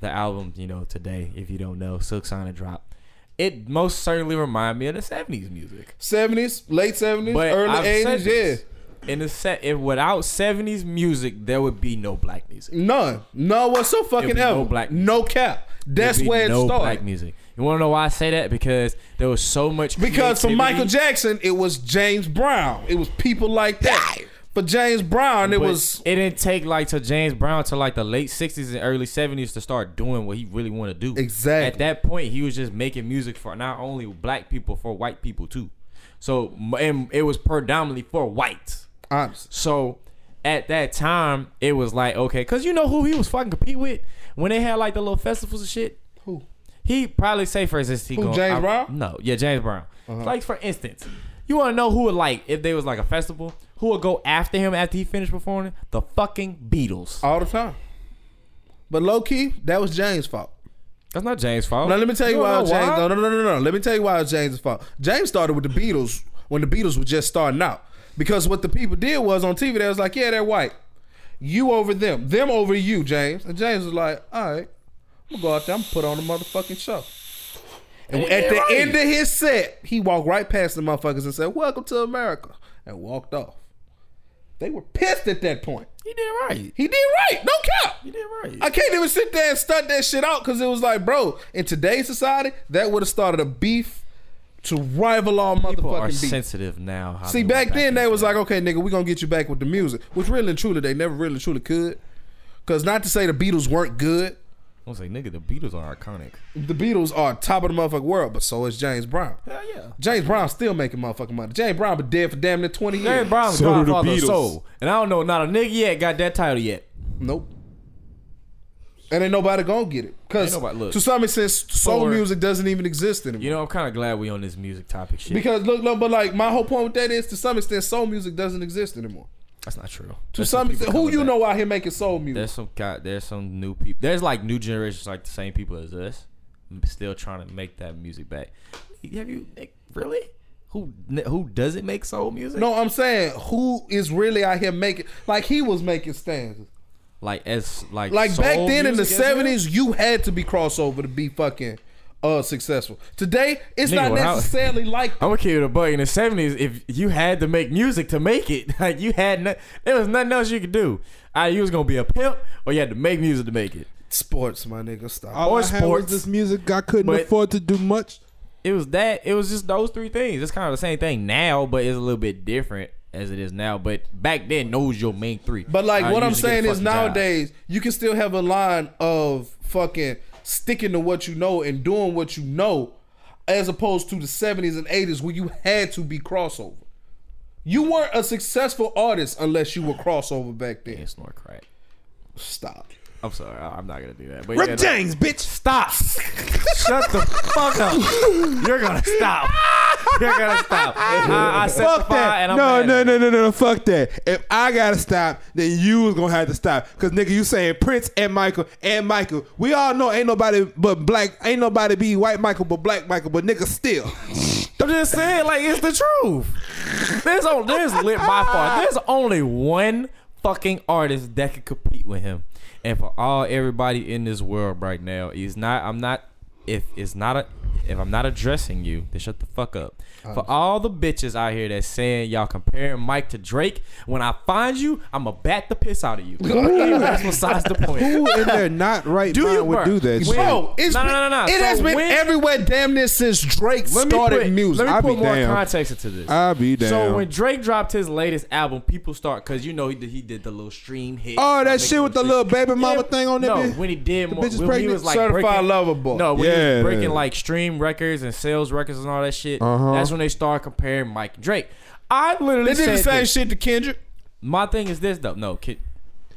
S3: the album you know today if you don't know Silk Sonic drop it most certainly remind me of the seventies music
S5: 70s, late 70s,
S3: but
S5: early
S3: I've
S5: 80s,
S3: said
S5: yeah.
S3: this. in the set if without seventies music there would be no black music
S5: None. No, what's so fucking
S3: It'd be no
S5: ever. No,
S3: black
S5: cap. That's
S3: There'd be
S5: where it
S3: no
S5: started.
S3: black music. You want to know why I say that? Because there was so much.
S5: Because for
S3: creativity.
S5: Michael Jackson, it was James Brown. It was people like that. For James Brown, it
S3: But
S5: was
S3: It didn't take like to James Brown to like the late '60s and early '70s to start doing what he really wanted to do.
S5: Exactly.
S3: At that point, he was just making music for not only black people, for white people too. So, m- and it was predominantly for whites.
S5: honest.
S3: So at that time, it was like, okay, because you know who he was fucking compete with when they had like the little festivals and shit?
S5: Who?
S3: He probably say, for instance, he
S5: Who,
S3: gonna-
S5: James
S3: I-
S5: Brown? Uh-huh.
S3: No, yeah, James Brown. Like, for instance, you want to know who would like, if they was like a festival, who would go after him after he finished performing? The fucking Beatles.
S5: All the time. But low key, that was James' fault.
S3: That's not James' fault.
S5: Now let me tell you,
S3: don't
S5: why
S3: know
S5: James. No, no, no, no, no. Let me tell you why it's James' fault. James started with the Beatles when the Beatles were just starting out. Because what the people did was on TV, they was like, "Yeah, they're white. You over them. Them over you, James." And James was like, "All right, I'm gonna go out there. I'm gonna put on a motherfucking show." And at the end of his set, he walked right past the motherfuckers and said, "Welcome to America," and walked off. They were pissed at that point.
S3: He did right.
S5: He did right. No cap.
S3: He did right.
S5: I can't even sit there and stunt that shit out because it was like, bro, in today's society, that would have started a beef to rival all
S3: People are
S5: motherfucking beef.
S3: sensitive now. how
S5: See,
S3: they
S5: back
S3: went
S5: then they
S3: into
S5: was
S3: it.
S5: like, okay, nigga, we gonna get you back with the music, which really and truly they never really truly could. Cause not to say the Beatles weren't good,
S3: I was like, nigga, the Beatles are iconic.
S5: the Beatles are top of the motherfucking world, but so is James Brown.
S3: Hell yeah.
S5: James Brown still making motherfucking money. James Brown been dead for damn near twenty years.
S3: James Brown's
S1: So do the
S3: Godfather of
S1: Beatles.
S3: Soul, and I don't know, not a nigga yet got that title yet.
S5: Nope. And ain't nobody gonna get it because
S3: Ain't nobody- look.
S5: to some extent, soul
S3: Forward.
S5: music doesn't even exist anymore.
S3: You know, I'm kind of glad we on this music topic shit.
S5: Because look, look, but like my whole point with that is, to some extent, soul music doesn't exist anymore.
S3: that's not true.
S5: To some extent, who you know out here making soul
S3: There's
S5: music?
S3: some guy. There's some new people. There's like new generations, like the same people as us, still trying to make that music back. Have you Nick, really? Who who doesn't make soul music?
S5: No, I'm saying who is really out here making like he was making stanzas.
S3: Like as like
S5: Like back
S3: soul
S5: then in the
S3: music as well?
S5: '70s, you had to be crossover to be fucking uh successful. Today, it's
S3: Nigga,
S5: not
S3: when I-
S5: necessarily like that.
S3: I'm gonna kill the bug in the seventies. If you had to make music to make it, like you had, no, there was nothing else you could do. Either you was gonna be a pimp, or you had to make music to make it.
S5: sports, my nigga. Stop.
S1: All
S3: Or
S1: I had was
S3: sports.
S1: this music. I couldn't
S3: But-
S1: afford to do much.
S3: It was that. It was just those three things. It's kind of the same thing now, but it's a little bit different as it is now. But back then, those was your main three.
S5: But like
S3: How
S5: what
S3: you
S5: I'm
S3: used to get a
S5: saying is
S3: fucking job.
S5: nowadays you can still have a line of fucking sticking to what you know and doing what you know, as opposed to the 70s and 80s where you had to be crossover. You weren't a successful artist unless you were crossover back then.
S3: Yeah, snort crack.
S5: Stop.
S3: I'm sorry, I- I'm not gonna do that. But
S1: Rick
S3: yeah, no.
S1: James, bitch.
S3: stop! Shut the fuck up! You're gonna stop. You're gonna stop. I, I set the
S1: Fuck
S3: fire
S1: that.
S3: and I'm
S1: No,
S3: mad
S1: no,
S3: at
S1: no,
S3: it.
S1: no, no, no. Fuck that. If I gotta stop, then you was gonna have to stop. Cause nigga, you saying Prince and Michael and Michael. We all know ain't nobody but black. Ain't nobody be white Michael but black Michael. But nigga still.
S3: I'm just saying, like it's the truth. There's on there's lit by far. There's only one fucking artist that could compete with him, and for all everybody in this world right now, he's not. I'm not. If it's not a, if I'm not addressing you, then shut the fuck up. For all the bitches out here that's saying y'all comparing Mike to Drake, when I find you, I'ma bat the piss out of you. Anyway, that's besides the point.
S1: Who in their not right
S3: Do you
S1: mind would
S3: burn?
S1: do that?
S3: When-
S1: shit?
S5: Bro, it's
S3: No,
S5: been,
S3: no, no, no.
S5: it has
S3: So
S5: been
S3: when-
S5: everywhere damn near since Drake
S3: Let me
S5: started
S3: put-
S5: music.
S3: Let me
S1: I
S3: put
S1: be
S3: more
S1: damned.
S3: context into this.
S1: I be down.
S3: So when Drake dropped his latest album, people start because you know he did, he did the little stream hit.
S1: Oh, that
S3: Make
S1: shit with the
S3: stream-
S1: little baby
S3: Yeah,
S1: mama thing on there.
S3: No,
S1: bitch.
S3: when he did
S1: The
S3: more,
S1: bitch is
S3: when he
S1: pregnant.
S3: was like
S5: Certified
S3: breaking,
S5: lover boy.
S3: No, when he
S1: Yeah.
S3: was breaking like stream records and sales records and all that shit.
S1: Uh-huh.
S3: That's when they started comparing Mike and Drake. I literally
S5: they did the
S3: said
S5: same
S3: this.
S5: shit to Kendrick.
S3: My thing is this though. No, kid,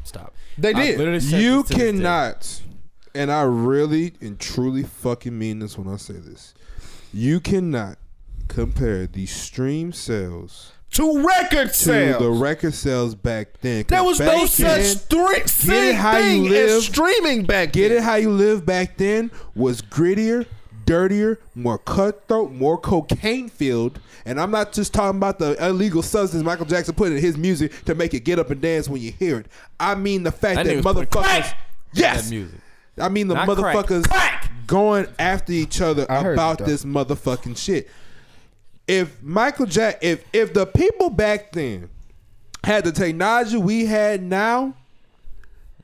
S3: stop.
S5: They
S3: I
S5: did.
S3: literally said
S1: You
S3: this to this day.
S1: cannot, and I really and truly fucking mean this when I say this. You cannot compare the stream sales
S5: To record
S1: to
S5: sales.
S1: the record sales back then. 'Cause
S5: there was no
S1: back
S5: such
S1: then-
S5: three,
S1: it how you
S5: thing
S1: live.
S5: as streaming back
S1: Get
S5: then.
S1: it how you live back then was grittier, dirtier, more cutthroat, more cocaine filled. And I'm not just talking about the illegal substance Michael Jackson put in his music to make it get up and dance when you hear it. I mean the fact
S3: That
S1: that,
S3: nigga was putting
S1: motherfuckers.
S3: crack
S1: Yes.
S3: That music.
S1: I mean the
S3: Not crack.
S1: motherfuckers
S3: Crack!
S1: going after each other
S5: I heard
S1: about
S5: you,
S1: this motherfucking shit. If Michael Jack, if if the people back then had the technology we had now,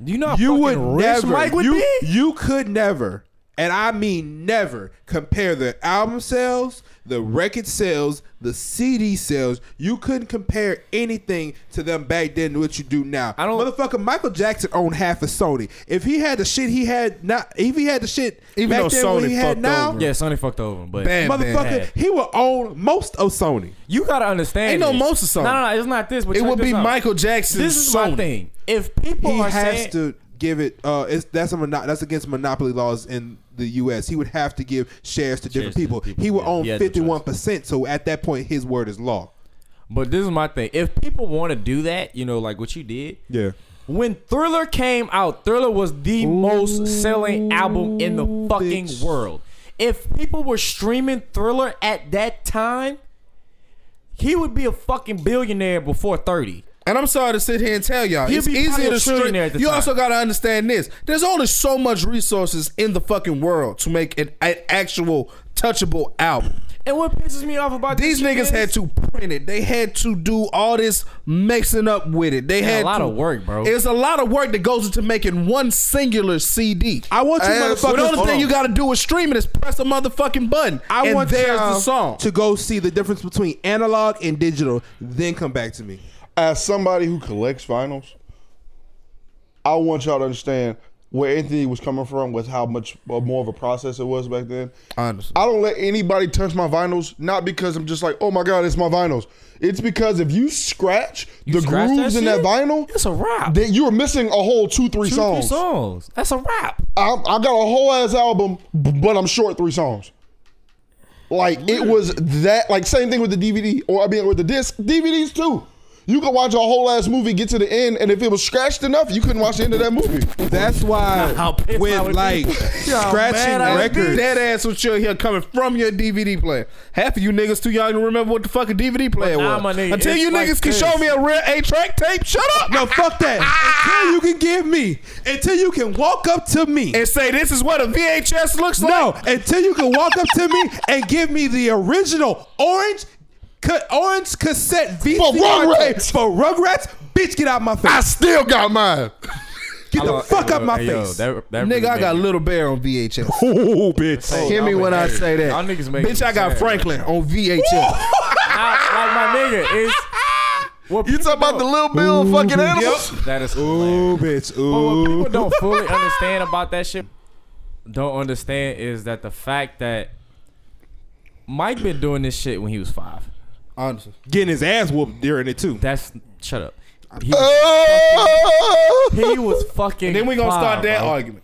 S3: You know, how
S1: you would
S3: fucking rich
S1: never.
S3: Mike would
S1: you,
S3: be?
S1: you could never and I mean never compare their album sales, the record sales, the CD sales. You couldn't compare anything to them back then to what you do now.
S3: I don't-
S1: Motherfucker, Michael Jackson owned half of Sony. If he had the shit he had now, if he had the shit
S5: Even
S1: back
S5: though
S1: then
S5: Sony
S1: what he had
S5: fucked
S1: now,
S5: over.
S3: Yeah, Sony fucked over him, but
S5: Bad,
S1: motherfucker,
S3: bad.
S1: he would own most of Sony.
S3: you gotta understand.
S5: Ain't no
S3: it.
S5: most of Sony.
S3: No, no, no, it's not this. But
S5: It
S3: check
S5: would
S3: this
S5: be
S3: out.
S5: Michael Jackson's
S3: This is
S5: Sony.
S3: my thing. If people
S1: he
S3: are
S1: has
S3: saying,
S1: to give it. Uh, it's, that's a mono- that's against monopoly laws in the U.S. He would have to give shares to different
S3: to
S1: people.
S3: people,
S1: He would
S3: yeah.
S1: own
S3: He had no choice.
S1: fifty one percent. So at that point, his word is law.
S3: but this is my thing. If people want to do that, you know, like what you did.
S1: Yeah,
S3: When Thriller came out, Thriller was the most selling album in the fucking
S1: bitch.
S3: world. If people were streaming Thriller at that time, he would be a fucking billionaire before 30.
S5: And I'm sorry to sit here and tell y'all,
S3: He'll
S5: it's
S3: be probably
S5: easier
S3: a
S5: to stream.
S3: trillionaire at the
S5: You
S3: time.
S5: also got to understand this: there's only so much resources in the fucking world to make an, an actual touchable album.
S3: And what pisses me off about
S5: These
S3: this
S5: niggas
S3: shit
S5: had
S3: is-
S5: to print it. They had to do all this mixing up with it. They
S3: a
S5: had
S3: lot
S5: to-
S3: of work, bro.
S5: It's a lot of work that goes into making one singular CD.
S1: I want you
S5: And
S1: motherfuckers-
S5: The only
S1: hold
S5: thing
S1: on.
S5: you got to do is stream it. Is press a motherfucking button.
S1: I
S5: and
S1: want
S5: there's the
S1: y'all
S5: song.
S1: to go see the difference between analog and digital. Then come back to me.
S2: As somebody who collects vinyls, I want y'all to understand where Anthony was coming from with how much more of a process it was back then.
S5: Honestly.
S2: I don't let anybody touch my vinyls, not because I'm just like, oh my god, it's my vinyls. It's because if you scratch the
S3: scratch that
S2: grooves in that
S3: shit?
S2: vinyl,
S3: It's a wrap.
S2: then you're missing a whole two, three
S3: Two, three
S2: songs.
S3: songs. That's a wrap.
S2: I'm, I got a whole ass album, b- but I'm short three songs. Like it was that. Like same thing with the DVD, or I mean with the disc. DVDs too. You could watch a whole ass movie, get to the end, and if it was scratched enough, you couldn't watch the end of that movie.
S1: That's why
S3: How pissed I would
S1: with
S3: be.
S1: like scratching
S5: Man, I
S1: records.
S5: That ass was chill here coming from your DVD player. Half of you niggas too young to remember what the fuck a DVD player
S3: But nah,
S5: was.
S3: my nigga,
S5: Until
S3: it's
S5: you
S3: like
S5: niggas can
S3: this.
S5: show me a real eight track tape, shut up.
S1: No, fuck that. Until you can give me, until you can walk up to me
S5: And say this is what a VHS looks like.
S1: No, until you can walk up to me and give me the original orange, ca- orange cassette VCR
S2: For Rugrats.
S1: tape for Rugrats. Bitch, get out my
S2: I
S1: face.
S2: still got mine.
S1: Get the
S3: uh,
S1: fuck
S3: Hey,
S1: out
S3: yo,
S1: my
S3: hey, yo,
S1: face.
S3: that- that really
S5: Nigga, I
S3: made
S5: got
S3: me-
S5: Little Bear on VHS.
S1: Oh, bitch.
S5: Hear me
S3: Y'all
S5: when I
S3: make-
S5: say that.
S3: Y'all niggas make
S5: Bitch,
S3: me
S5: I got
S3: sad,
S5: Franklin on VHS.
S3: I, like my nigga, it's what
S2: You
S3: people
S2: talking about the
S3: don't-
S2: little bill fucking animals?
S3: that is hilarious.
S1: Ooh, bitch.
S3: But what people
S1: Ooh.
S3: don't fully understand about that shit, don't understand is that the fact that Mike been doing this shit when he was five.
S5: Honestly.
S1: Getting his ass whooped during it, too.
S3: That's shut up. He,
S2: Oh!
S3: he was fucking.
S5: Then we gonna
S3: five,
S5: start that
S3: bro.
S5: argument.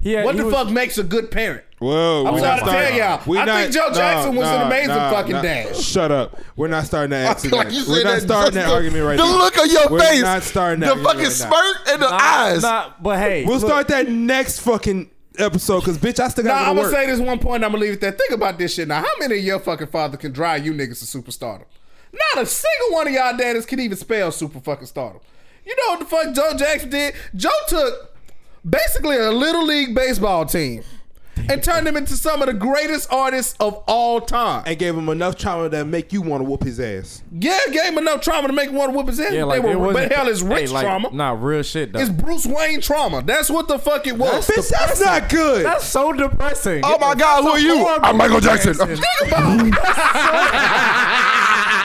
S3: Yeah,
S5: What
S3: he
S5: the
S3: was-
S5: fuck makes a good parent?
S1: Whoa.
S5: I'm
S1: we're
S5: trying
S1: not
S5: to tell
S1: starting-
S5: y'all.
S1: we're
S5: I
S1: not-
S5: think Joe
S1: nah,
S5: Jackson was an
S1: nah,
S5: amazing
S1: nah,
S5: fucking
S1: nah.
S5: dad.
S1: Shut up. We're not starting that
S2: I feel
S1: accident.
S2: like you
S1: we're
S2: said
S1: not
S2: that
S1: starting
S2: just
S1: that
S2: the-
S1: argument right
S2: The
S1: now.
S2: look on your
S1: We're
S2: face,
S1: not starting that
S2: the
S1: argument
S2: fucking
S1: right now.
S2: smirk and the
S3: Nah,
S2: eyes.
S3: nah, but hey,
S1: We'll
S3: look,
S1: start that next fucking episode because, bitch, I still got
S5: Now,
S1: to
S5: I'm
S1: work.
S5: gonna say this one point. I'm gonna leave it there. Think about this shit. Now, how many of your fucking father can drive you niggas to superstardom? Not a single one of y'all daddies can even spell super fucking stardom. You know what the fuck Joe Jackson did? Joe took basically a little league baseball team and turned them into some of the greatest artists of all time.
S1: and gave him enough trauma that make you want to whoop his ass.
S5: Yeah, it gave him enough trauma to make him want to whip his ass.
S3: Yeah, like
S5: they
S3: it
S5: were,
S3: wasn't-
S5: but hell, it's
S3: hey,
S5: Rick's
S3: like,
S5: trauma.
S3: Nah, real shit though.
S5: It's Bruce Wayne trauma. That's what the fuck it was.
S1: Bitch, that's not good.
S3: That's so depressing.
S2: oh my God, who are you? I'm Michael Jackson.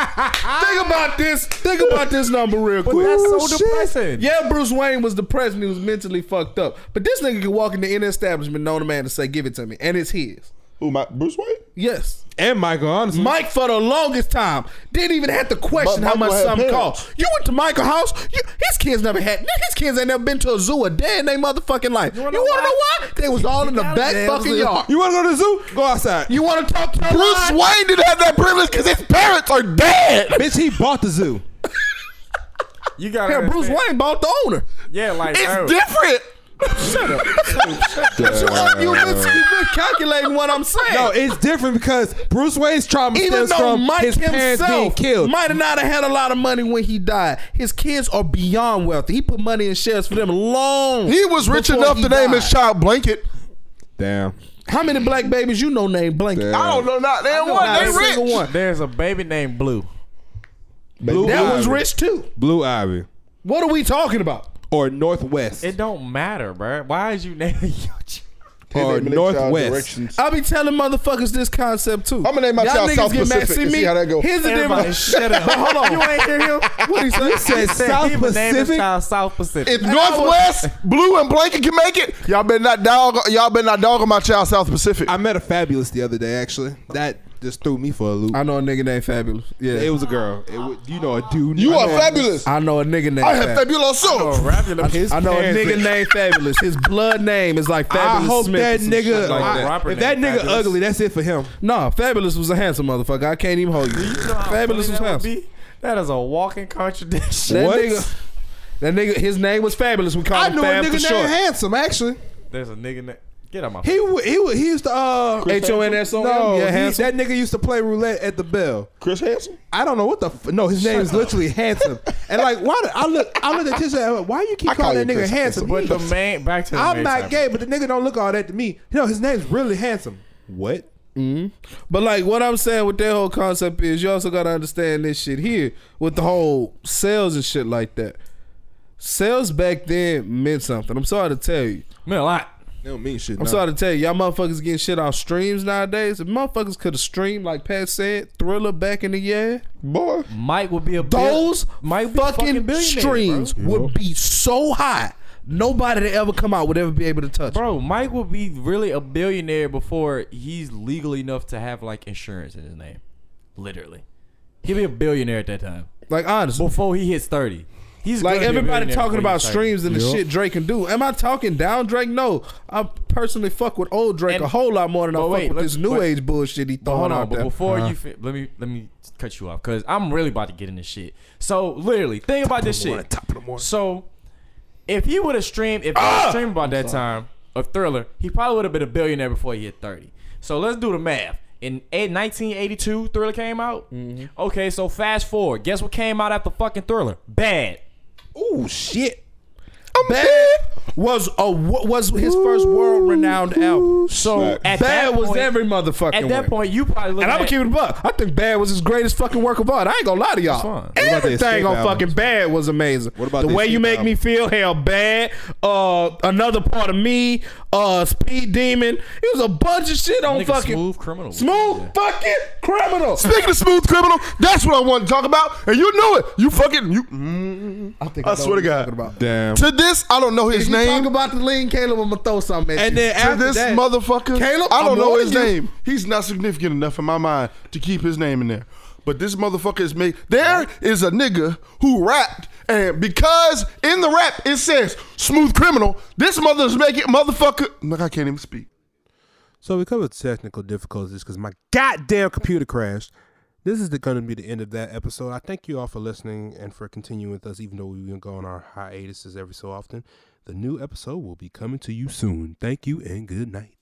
S5: Think about it. Think about this. Think about this number real quick.
S3: That's so
S1: Ooh, shit.
S3: depressing.
S5: oh, Yeah, Bruce Wayne was depressed and he was mentally fucked up. But this nigga can walk into any establishment, known a man to say, give it to me. And it's his.
S2: Ooh, my Bruce Wayne.
S5: Yes.
S1: and Michael, honestly,
S5: Mike, for the longest time, didn't even have to question
S2: But
S5: how much
S2: Michael had
S5: something
S2: parents.
S5: cost. You went to Michael's house, you, his kids never had, his kids ain't never been to a zoo a day in their motherfucking life. You wanna,
S3: know
S5: know
S3: why?
S5: why? They was all in the
S3: gotta
S5: back
S3: damn
S5: fucking
S3: zoo.
S5: yard.
S1: you want to go to the zoo? Go outside.
S5: You wanna talk to
S2: Bruce Wayne didn't have that privilege because his parents are dead.
S1: bitch, he bought the zoo.
S3: You got
S5: Yeah, Bruce Wayne bought the owner.
S3: Yeah, like bro.
S2: It's different.
S5: You have you been, you been calculating what I'm saying?
S1: No, it's different because Bruce Wayne's trauma
S5: even
S1: stems
S5: though
S1: from
S5: Mike
S1: his parents being
S5: himself
S1: killed.
S5: might have not have had a lot of money when he died, his kids are beyond wealthy. He put money in shares for them long.
S2: He was rich
S5: before
S2: enough
S5: he
S2: to name
S5: died.
S2: his child Blanket.
S1: Damn.
S5: How many black babies you know named Blanket?
S1: Damn.
S2: I don't know, not that
S5: Not a
S2: one. They
S5: single
S2: rich.
S5: one.
S3: There's a baby named Blue.
S1: Blue
S5: That
S1: Ivy.
S5: was rich too.
S1: Blue Ivy.
S5: What are we talking about?
S1: or Northwest
S3: It don't matter, bro. Why is you naming your child?
S1: or
S2: They name their child
S1: Northwest.
S2: directions.
S5: I be telling motherfuckers this concept too. I'm
S2: gonna name my child South Pacific and see how that go.
S5: Here's the
S3: Everybody,
S5: difference.
S3: shut up. Hold on. You ain't hear him?
S5: What he say?
S3: He said
S1: South
S3: he was naming his
S1: Pacific?
S3: child South Pacific.
S2: If Northwest Blue and Blanket can make it, y'all better not dog. Y'all better not dog on my child South Pacific.
S1: I met a fabulous the other day. Actually, that just threw me for a loop.
S5: I know a nigga named Fabulous. Yeah,
S1: it was a girl. It wa- you know a dude.
S2: you
S1: I
S2: are
S1: know-
S2: fabulous. I,
S5: I know a nigga named.
S2: have
S5: Fabulous.
S2: fabuloso.
S1: His
S5: I know a
S1: parents
S5: nigga
S1: are-
S5: named Fabulous. His blood name is like
S1: I
S5: Fabulous
S1: hope
S5: Smith.
S1: that nigga.
S5: Like
S1: I-
S5: that.
S1: if that nigga
S3: Fabulous.
S1: ugly, that's it for him.
S5: Nah, Fabulous was a handsome motherfucker. I can't even hold you. Fabulous was handsome.
S3: That is a walking contradiction.
S5: That
S1: What?
S5: nigga. That nigga. His name was Fabulous. We called
S1: I
S5: him
S1: knew a
S5: Fab
S1: nigga
S5: for
S1: named
S5: short.
S1: Handsome. Actually,
S3: There's a nigga that get out my
S1: he wa- he wa- he used to uh
S5: H O N S O M.
S1: no
S5: Yeah,
S1: he-
S5: handsome.
S1: that nigga used to play roulette at the Bell.
S2: Chris Hansen.
S1: I don't know what the f- no. His name is literally Handsome. And like why did, I look I look at this and I'm like, why you keep
S2: I call
S1: calling that
S2: you
S1: nigga
S2: Chris
S1: handsome?
S3: But
S1: He-
S3: the man back to the
S1: I'm
S3: main
S1: not
S3: topic.
S1: gay, but the nigga don't look all that to me. You know his name's really handsome. What?
S5: But like what I'm saying with that whole concept is you also gotta understand this shit here with the whole sales and shit like that. Sales back then meant something. I'm sorry to tell you.
S3: Man, a lot.
S1: They don't mean shit.
S5: I'm sorry to tell you, y'all motherfuckers getting shit off streams nowadays. If motherfuckers could have streamed, like Pat said, Thriller back in the year,
S2: Boy,
S3: Mike would be a bill-
S5: those
S3: Mike be a
S5: fucking,
S3: billionaire,
S5: streams would be so high, nobody that ever come out would ever be able to touch.
S3: Bro. bro, Mike would be really a billionaire before he's legal enough to have like insurance in his name. Literally. He'd be a billionaire at that time.
S5: Like honestly,
S3: Before he hits 30. He's
S5: Like
S3: gonna be a
S5: everybody
S3: billionaire
S5: talking
S3: before
S5: about
S3: he's 30.
S5: streams and the shit Drake can do. Am I talking down Drake? No, I personally fuck with old Drake
S3: And-
S5: a whole lot more than I
S3: but
S5: fuck
S3: wait,
S5: with
S3: let-
S5: this new
S3: but-
S5: age bullshit he
S3: But
S5: throwing
S3: hold on,
S5: out
S3: Oh, but
S5: there. Oh,
S3: before you fin- let me let me cut you off because I'm really about to get into shit. So literally, think about this shit. So if he would have streamed, if he
S5: Ah!
S3: would've streamed about that time of Thriller, he probably would have been a billionaire before he hit 30. So let's do the math. In eight- 1982, Thriller came out.
S5: Mm-hmm.
S3: Okay, so fast forward. Guess what came out after fucking Thriller? Bad.
S1: Oh shit.
S5: Bad was a was his first world renowned album.
S3: So at
S5: Bad
S3: that
S5: was
S3: point,
S5: every motherfucking
S3: At that
S5: way.
S3: point, you probably look
S5: And I'm
S3: at
S5: gonna keep it a buck. I think Bad was his greatest fucking work of art. I ain't gonna lie to y'all.
S3: fine.
S1: the
S5: Everything
S1: Escape
S5: on
S1: album?
S5: fucking Bad was amazing.
S1: What about
S5: the
S1: the
S5: way you
S1: Escape
S5: make me
S1: album?
S5: feel? Hell, Bad. Uh, another part of me. Uh, Speed Demon. It was a bunch of shit on
S3: nigga
S5: fucking
S3: smooth criminal.
S5: Smooth
S3: Yeah.
S5: fucking criminal.
S2: speaking of smooth criminal, that's what I wanted to talk about, and you knew it. You fucking you.
S5: Mm-hmm. I, think
S2: I swear to God.
S1: Damn.
S2: To this, I don't know his
S5: If you
S2: name.
S5: talk about the lean, Caleb, I'm gonna throw something at
S1: And
S5: you.
S1: then
S2: to
S1: after
S2: this
S1: that,
S2: motherfucker,
S5: Caleb,
S2: I don't
S5: I'm
S2: know
S5: warning
S2: his
S5: you.
S2: name. He's not significant enough in my mind to keep his name in there. But this motherfucker is made. There is a nigga who rapped, and because in the rap it says "smooth criminal," this mother's making motherfucker. Look, I can't even speak.
S1: So we covered technical difficulties because my goddamn computer crashed. This is going to be the end of that episode. I thank you all for listening and for continuing with us, even though we've been going on hiatuses every so often. The new episode will be coming to you soon. Thank you and good night.